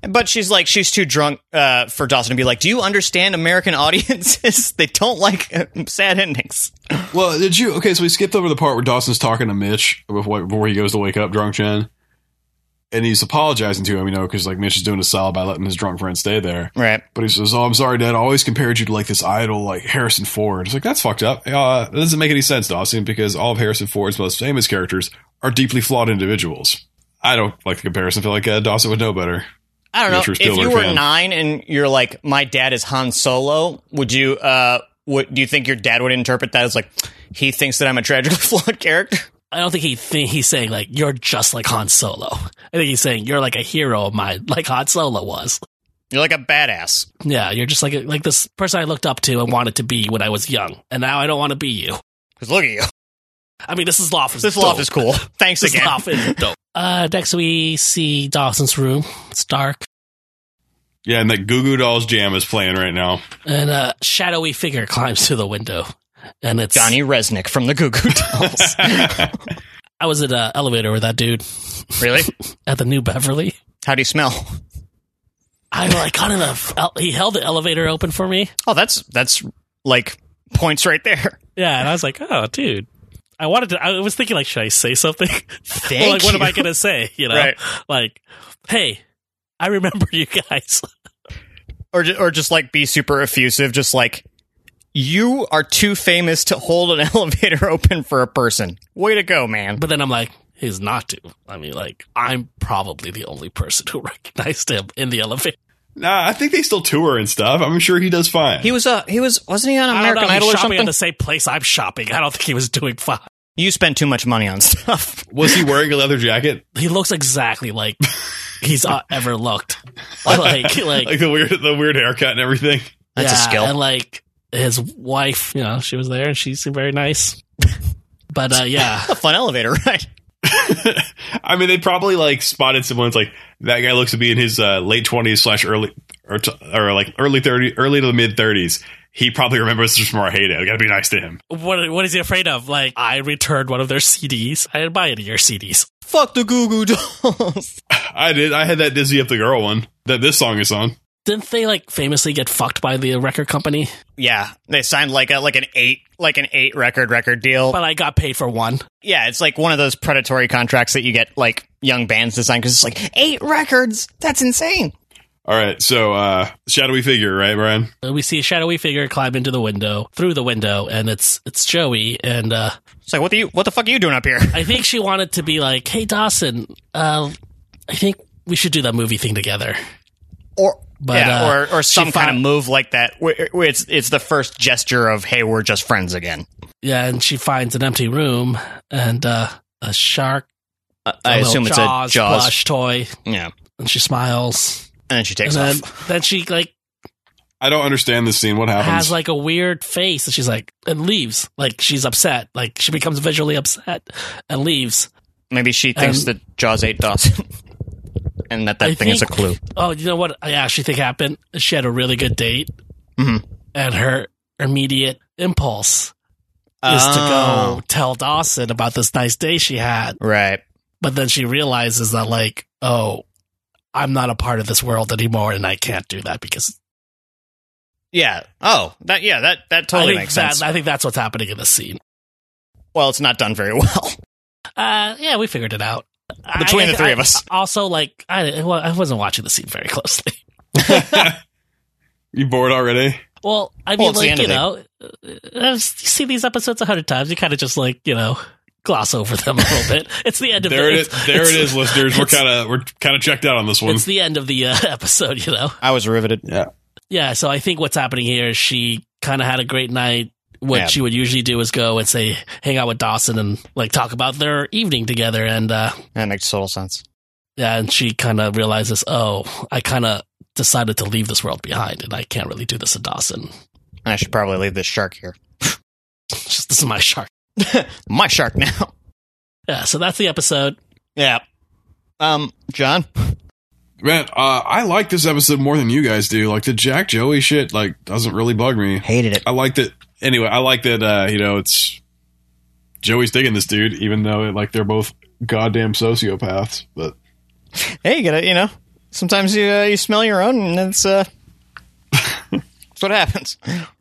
But she's like, she's too drunk uh, for Dawson to be like, Do you understand American audiences? they don't like uh, sad endings.
Well, did you? Okay, so we skipped over the part where Dawson's talking to Mitch before, before he goes to wake up drunk Jen, and he's apologizing to him, you know, because like Mitch is doing a solid by letting his drunk friend stay there.
Right.
But he says, "Oh, I'm sorry, Dad. I always compared you to like this idol, like Harrison Ford." It's like that's fucked up. Uh, that doesn't make any sense, Dawson, because all of Harrison Ford's most famous characters are deeply flawed individuals. I don't like the comparison. I feel like uh, Dawson would know better.
I don't know.
Mitch was
if
still
you
her
were
fan.
nine and you're like, My dad is Han Solo, would you, uh, would, do you think your dad would interpret that as like, he thinks that I'm a tragically flawed character?
I don't think he think he's saying like you're just like Han Solo. I think he's saying you're like a hero of mine, like Han Solo was.
You're like a badass.
Yeah, you're just like a, like this person I looked up to and wanted to be when I was young, and now I don't want to be you.
Because look at you.
I mean, this is loft. Is
This
dope.
loft is cool. Thanks
This
again.
loft is dope. Uh, next we see Dawson's room. It's dark,
Yeah, and that Goo Goo Dolls jam is playing right now.
and a shadowy figure climbs through the window, and it's
Johnny Resnick from the Goo Goo Dolls.
I was at an elevator with that dude
really?
at the New Beverly.
How do you smell?
I like got in the he held the elevator open for me.
Oh, that's that's like points right there.
Yeah, and I was like, oh, dude. I wanted to. I was thinking, like, should I say something?
Thank
like, what am
you.
I gonna say? You know,
Right.
like, hey, I remember you guys.
Or ju- or just like be super effusive, just like you are too famous to hold an elevator open for a person. Way to go, man.
But then I'm like, he's not to. I mean, like, I'm probably the only person who recognized him in the elevator.
Nah, I think they still tour and stuff. I'm sure he does fine.
He was uh he was wasn't he on
I don't
American
know.
Idol
He's
or
shopping
something?
at the same place I'm shopping. I don't think he was doing fine.
you spend too much money on stuff.
was he wearing a leather jacket?
He looks exactly like he's uh, ever looked. Like, like,
Like the weird, the weird haircut and everything.
That's a skill.
And like his wife, you know, she was there and she seemed very nice. But uh, yeah,
A fun elevator, right?
I mean, they probably like spotted someone. It's like that guy looks to be in his uh, late twenties slash early or, t- or like early thirty, early to the mid thirties. He probably remembers us from our heyday. Got to be nice to him.
what what is he afraid of? Like I returned one of their CDs. I didn't buy any of your CDs.
Fuck the Goo Goo Dolls.
I did. I had that Dizzy Up the Girl one that this song is on.
Didn't they like famously get fucked by the record company?
Yeah, they signed like a like an eight like an eight record record deal.
But I got paid for one.
Yeah, it's like one of those predatory contracts that you get like young bands to sign because it's like eight records. That's insane.
All right, so uh shadowy figure, right, Brian?
And we see a shadowy figure climb into the window, through the window, and it's it's Joey. And uh,
It's like what the you what the fuck are you doing up here?
I think she wanted to be like, "Hey Dawson, uh, I think we should do that movie thing together."
Or
But,
yeah,
uh,
or or
she
some kind
found-
of move like that. Where, where it's it's the first gesture of hey, we're just friends again.
Yeah, and she finds an empty room and uh, a shark.
I
a little
assume it's a
Uh, oh, Jaws
Jaws.
plush toy,
Yeah, and
and she smiles,
then she
and
takes
then,
off.
then she like
I don't understand this scene. What happens?
has like a weird face and she's like and leaves like she's upset like she becomes visually upset and leaves
Maybe she thinks
Um,
that Jaws ate Dawson, and that that
I
thing is a
think-
clue.
oh you know what i actually think happened she had a really good date
Mhm.
and her immediate impulse is to go tell dawson about this nice day she had
go Oh. right.
but then she realizes that like oh i'm not a part of this world anymore and i can't do that because
Yeah. Oh, that yeah that that totally
I, think
makes
that,
sense.
I think that's what's happening in this scene
well, it's not done very well.
uh yeah we figured it out
Between
I-
the three of
I-
us.
Also, like I, well, I wasn't watching the scene very closely.
You bored already?
Well, I
Well,
mean,
it's the
like
end
you
of it.
know, uh, I've seen these episodes a hundred times. You kind of just like you know gloss over them a little bit. It's the end of
There
the,
it is.
it's-
There
it's-
it is, listeners. We're
it's-
kind of we're kind of checked out on this one.
It's the end of the uh, episode, you know.
I was riveted.
Yeah.
Yeah, so I think what's happening here is she kind of had a great night. What
Yeah.
she would usually do is go and say, hang out with Dawson and like talk about their evening together. And uh,
That makes total sense.
yeah, and she kind of realizes, oh, I kind of decided to leave this world behind and I can't really do this to Dawson.
I should probably leave this shark here.
It's just, this is my shark.
My shark now.
Yeah, so that's the episode.
Yeah. Um, John.
Man, uh, I like this episode more than you guys do. Like the Jack Joey shit, like doesn't really bug me.
Hated it.
I like that. Anyway, I like that. Uh, you know, it's Joey's digging this dude, even though like they're both goddamn sociopaths. But
Hey, you gotta, you know, sometimes you uh, you smell your own, and it's uh, that's what happens.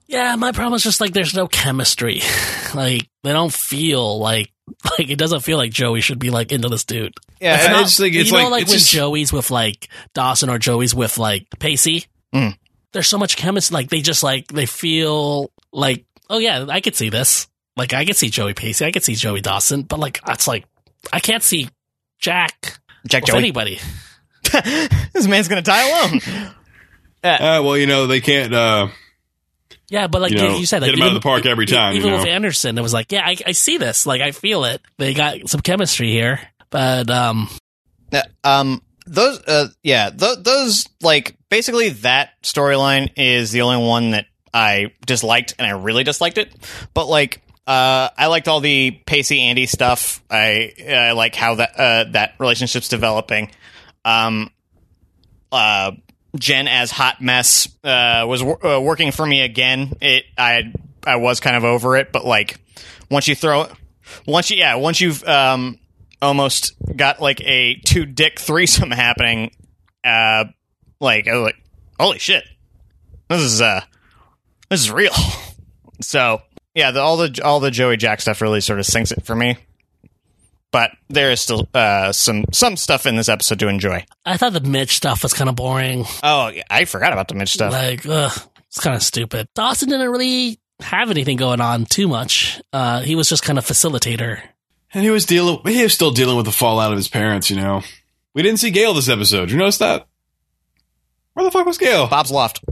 Yeah, my problem is just like there's no chemistry. like they don't feel like like it doesn't feel like Joey should be like into this dude.
I-
Yeah,
I just think it's
you know,
like-
like,
it's
when
just-
Joey's with like Dawson or Joey's with like Pacey.
Mm.
There's so much chemistry. Like they just like they feel like oh yeah, I could see this. Like I could see Joey Pacey, I could see Joey Dawson, but like that's like I can't see Jack
Jack
with
Joey.
anybody.
this man's gonna die alone.
uh, well, you know, they can't. Uh,
Yeah, but like
You
you,
know,
you said, like,
hit 'em out of the park
e-
every
e-
time, you
Even
know.
with Anderson, it was like, yeah, I, I see this. Like I feel it. They got some chemistry here, but um,
Uh, um, those, uh, yeah, th- those, like, basically that storyline is the only one that I disliked, and I really disliked it. But like, uh, I liked all the Pacey Andy stuff. I, I like how that uh, that relationship's developing. Um, uh, Jen as hot mess uh, was wor- uh, working for me again. It I I was kind of over it, but like once you throw once you yeah once you've um, almost got like a two dick threesome happening, uh, like I was like holy shit, this is uh this is real. So yeah, the, all the all the Joey Jack stuff really sort of sinks it for me. But there is still uh, some some stuff in this episode to enjoy.
I thought the Mitch stuff was kind of boring.
Oh, yeah, I forgot about the Mitch stuff.
Like, ugh, it's kind of stupid. Dawson didn't really have anything going on too much. Uh, he was just kind of facilitator.
and he was dealing. He was still dealing with the fallout of his parents. You know, we didn't see Gail this episode. You notice that? Where the fuck was Gail?
Bob's loft.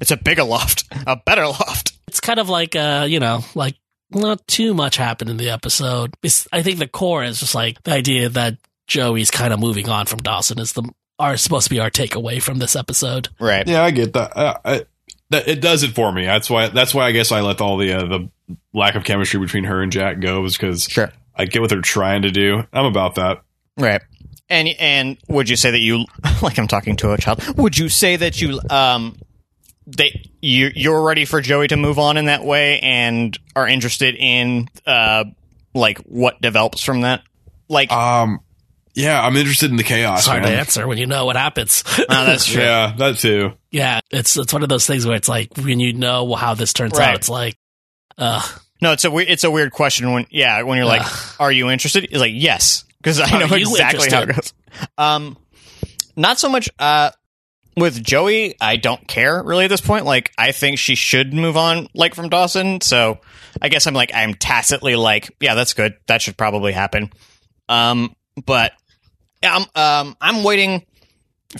It's a bigger loft, a better loft.
It's kind of like, uh, you know, like not too much happened in the episode. It's, I think the core is just like the idea that Joey's kind of moving on from Dawson is the are supposed to be our takeaway from this episode.
Right.
Yeah, I get that. Uh, I, that it does it for me. That's why. That's why I guess I let all the uh, the lack of chemistry between her and Jack go is because
Sure.
I get what they're trying to do. I'm about that.
Right. And and would you say that you like I'm talking to a child? Would you say that you um that you you're ready for Joey to move on in that way and are interested in uh like what develops from that? Like
Um, yeah, I'm interested in the chaos.
It's hard to
man.
answer when you know what happens.
no, that's true.
Yeah, that too.
yeah, it's it's one of those things where it's like when you know how this turns
Right.
out, it's like, uh,
No, it's a weird it's a weird question when yeah, when you're like, Are you interested? It's like, yes. Because I
Are
know
you
exactly how it goes. Um not so much uh with Joey, I don't care really at this point. Like, I think she should move on, like from Dawson. So, I guess I'm like, I'm tacitly like, yeah, that's good. That should probably happen. Um, but yeah, I'm um I'm waiting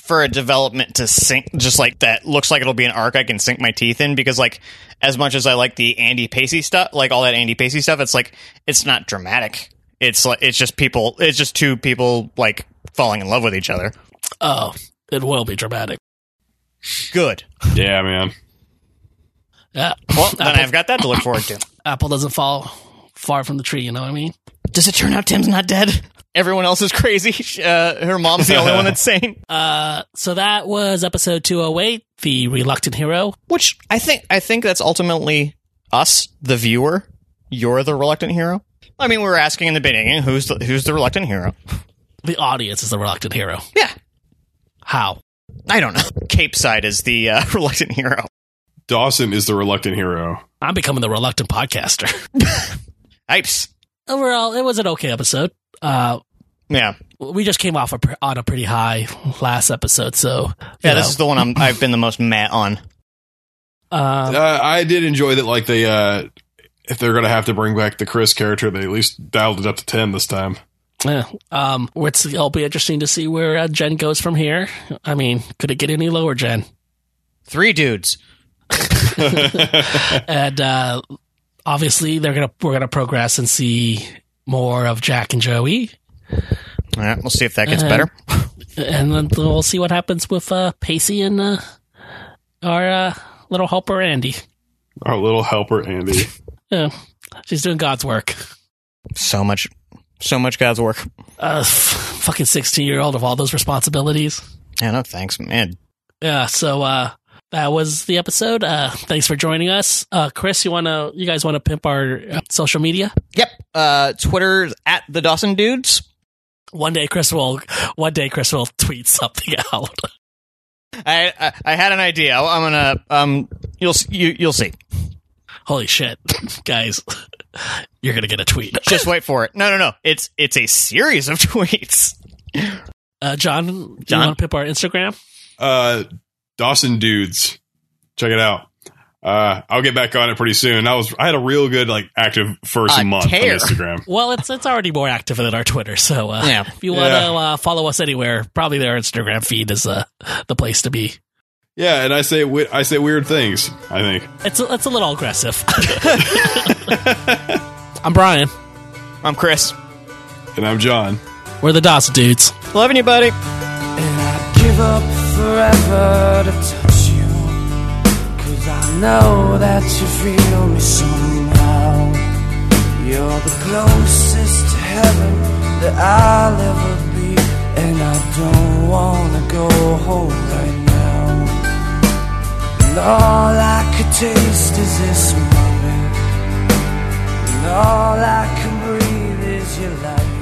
for a development to sink, just like that looks like it'll be an arc I can sink my teeth in because like as much as I like the Andy Pacey stuff, like all that Andy Pacey stuff, it's like it's not dramatic. It's like it's just people. It's just two people like falling in love with each other.
oh, it will be dramatic.
Good.
Yeah, man.
Yeah.
Well, then
Apple,
I've got that to look forward to.
Apple doesn't fall far from the tree, you know what I mean?
Does it turn out Tim's not dead? Everyone else is crazy. Uh, her mom's the only one that's sane.
Uh, so that was episode 208, The Reluctant Hero.
Which I think I think that's ultimately us, the viewer. You're the reluctant hero. I mean, we were asking in the beginning, who's the, who's the reluctant hero?
The audience is the reluctant hero.
Yeah,
How?
I don't know. Cape Side is the uh, reluctant hero.
Dawson is the reluctant hero.
I'm becoming the reluctant podcaster.
Ipes.
Overall, it was an okay episode. Uh,
Yeah.
We just came off a, pr- on a pretty high last episode, so
Yeah, this is the one I'm, I've been the most mad on.
um,
uh, I did enjoy that. Like they, uh, if they're gonna have to bring back the Chris character, they at least dialed it up to ten this time.
Yeah. Um, it's, it'll be interesting to see where uh, Jen goes from here. I mean, could it get any lower, Jen?
Three dudes.
And uh, obviously, they're gonna we're gonna progress and see more of Jack and Joey,
All right, we'll see if that gets
Uh,
better.
and then we'll see what happens with uh, Pacey and uh, our uh, little helper Andy.
Our little helper Andy.
Yeah. She's doing God's work.
So much, so much God's work.
Uh, f- fucking sixteen year old of all those responsibilities.
Yeah, no thanks, man.
Yeah, so uh that was the episode. Uh thanks for joining us. Uh Chris, you want to you guys want to pimp our uh, social media?
Yep. Uh, Twitter's at the Dawson Dudes.
One day Chris will one day Chris will tweet something out.
I, I I had an idea. I'm gonna um. You'll s- you you'll see.
Holy shit. guys, you're going to get a tweet.
Just wait for it. No no no. It's it's a series of tweets.
Uh John, do you
John?
want to pimp our Instagram?
uh, Dawson dudes, check it out. Uh, I'll get back on it pretty soon. I was I had a real good like active first
A
month
tear.
on Instagram.
Well, it's it's already more active than our Twitter, so uh
Yeah.
if you want to
Yeah.
uh, follow us anywhere, probably their Instagram feed is uh, the place to be.
Yeah, and I say we- I say weird things. I think
It's a, it's a little aggressive. I'm Brian.
I'm Chris.
and I'm John.
We're the DOS dudes.
Loving you, buddy.
And I give up forever to touch you. Cause I know that you feel me somehow. You're the closest to heaven that I'll ever be. And I don't wanna go home right now. And all I could taste is this moment. And all I can breathe is your light.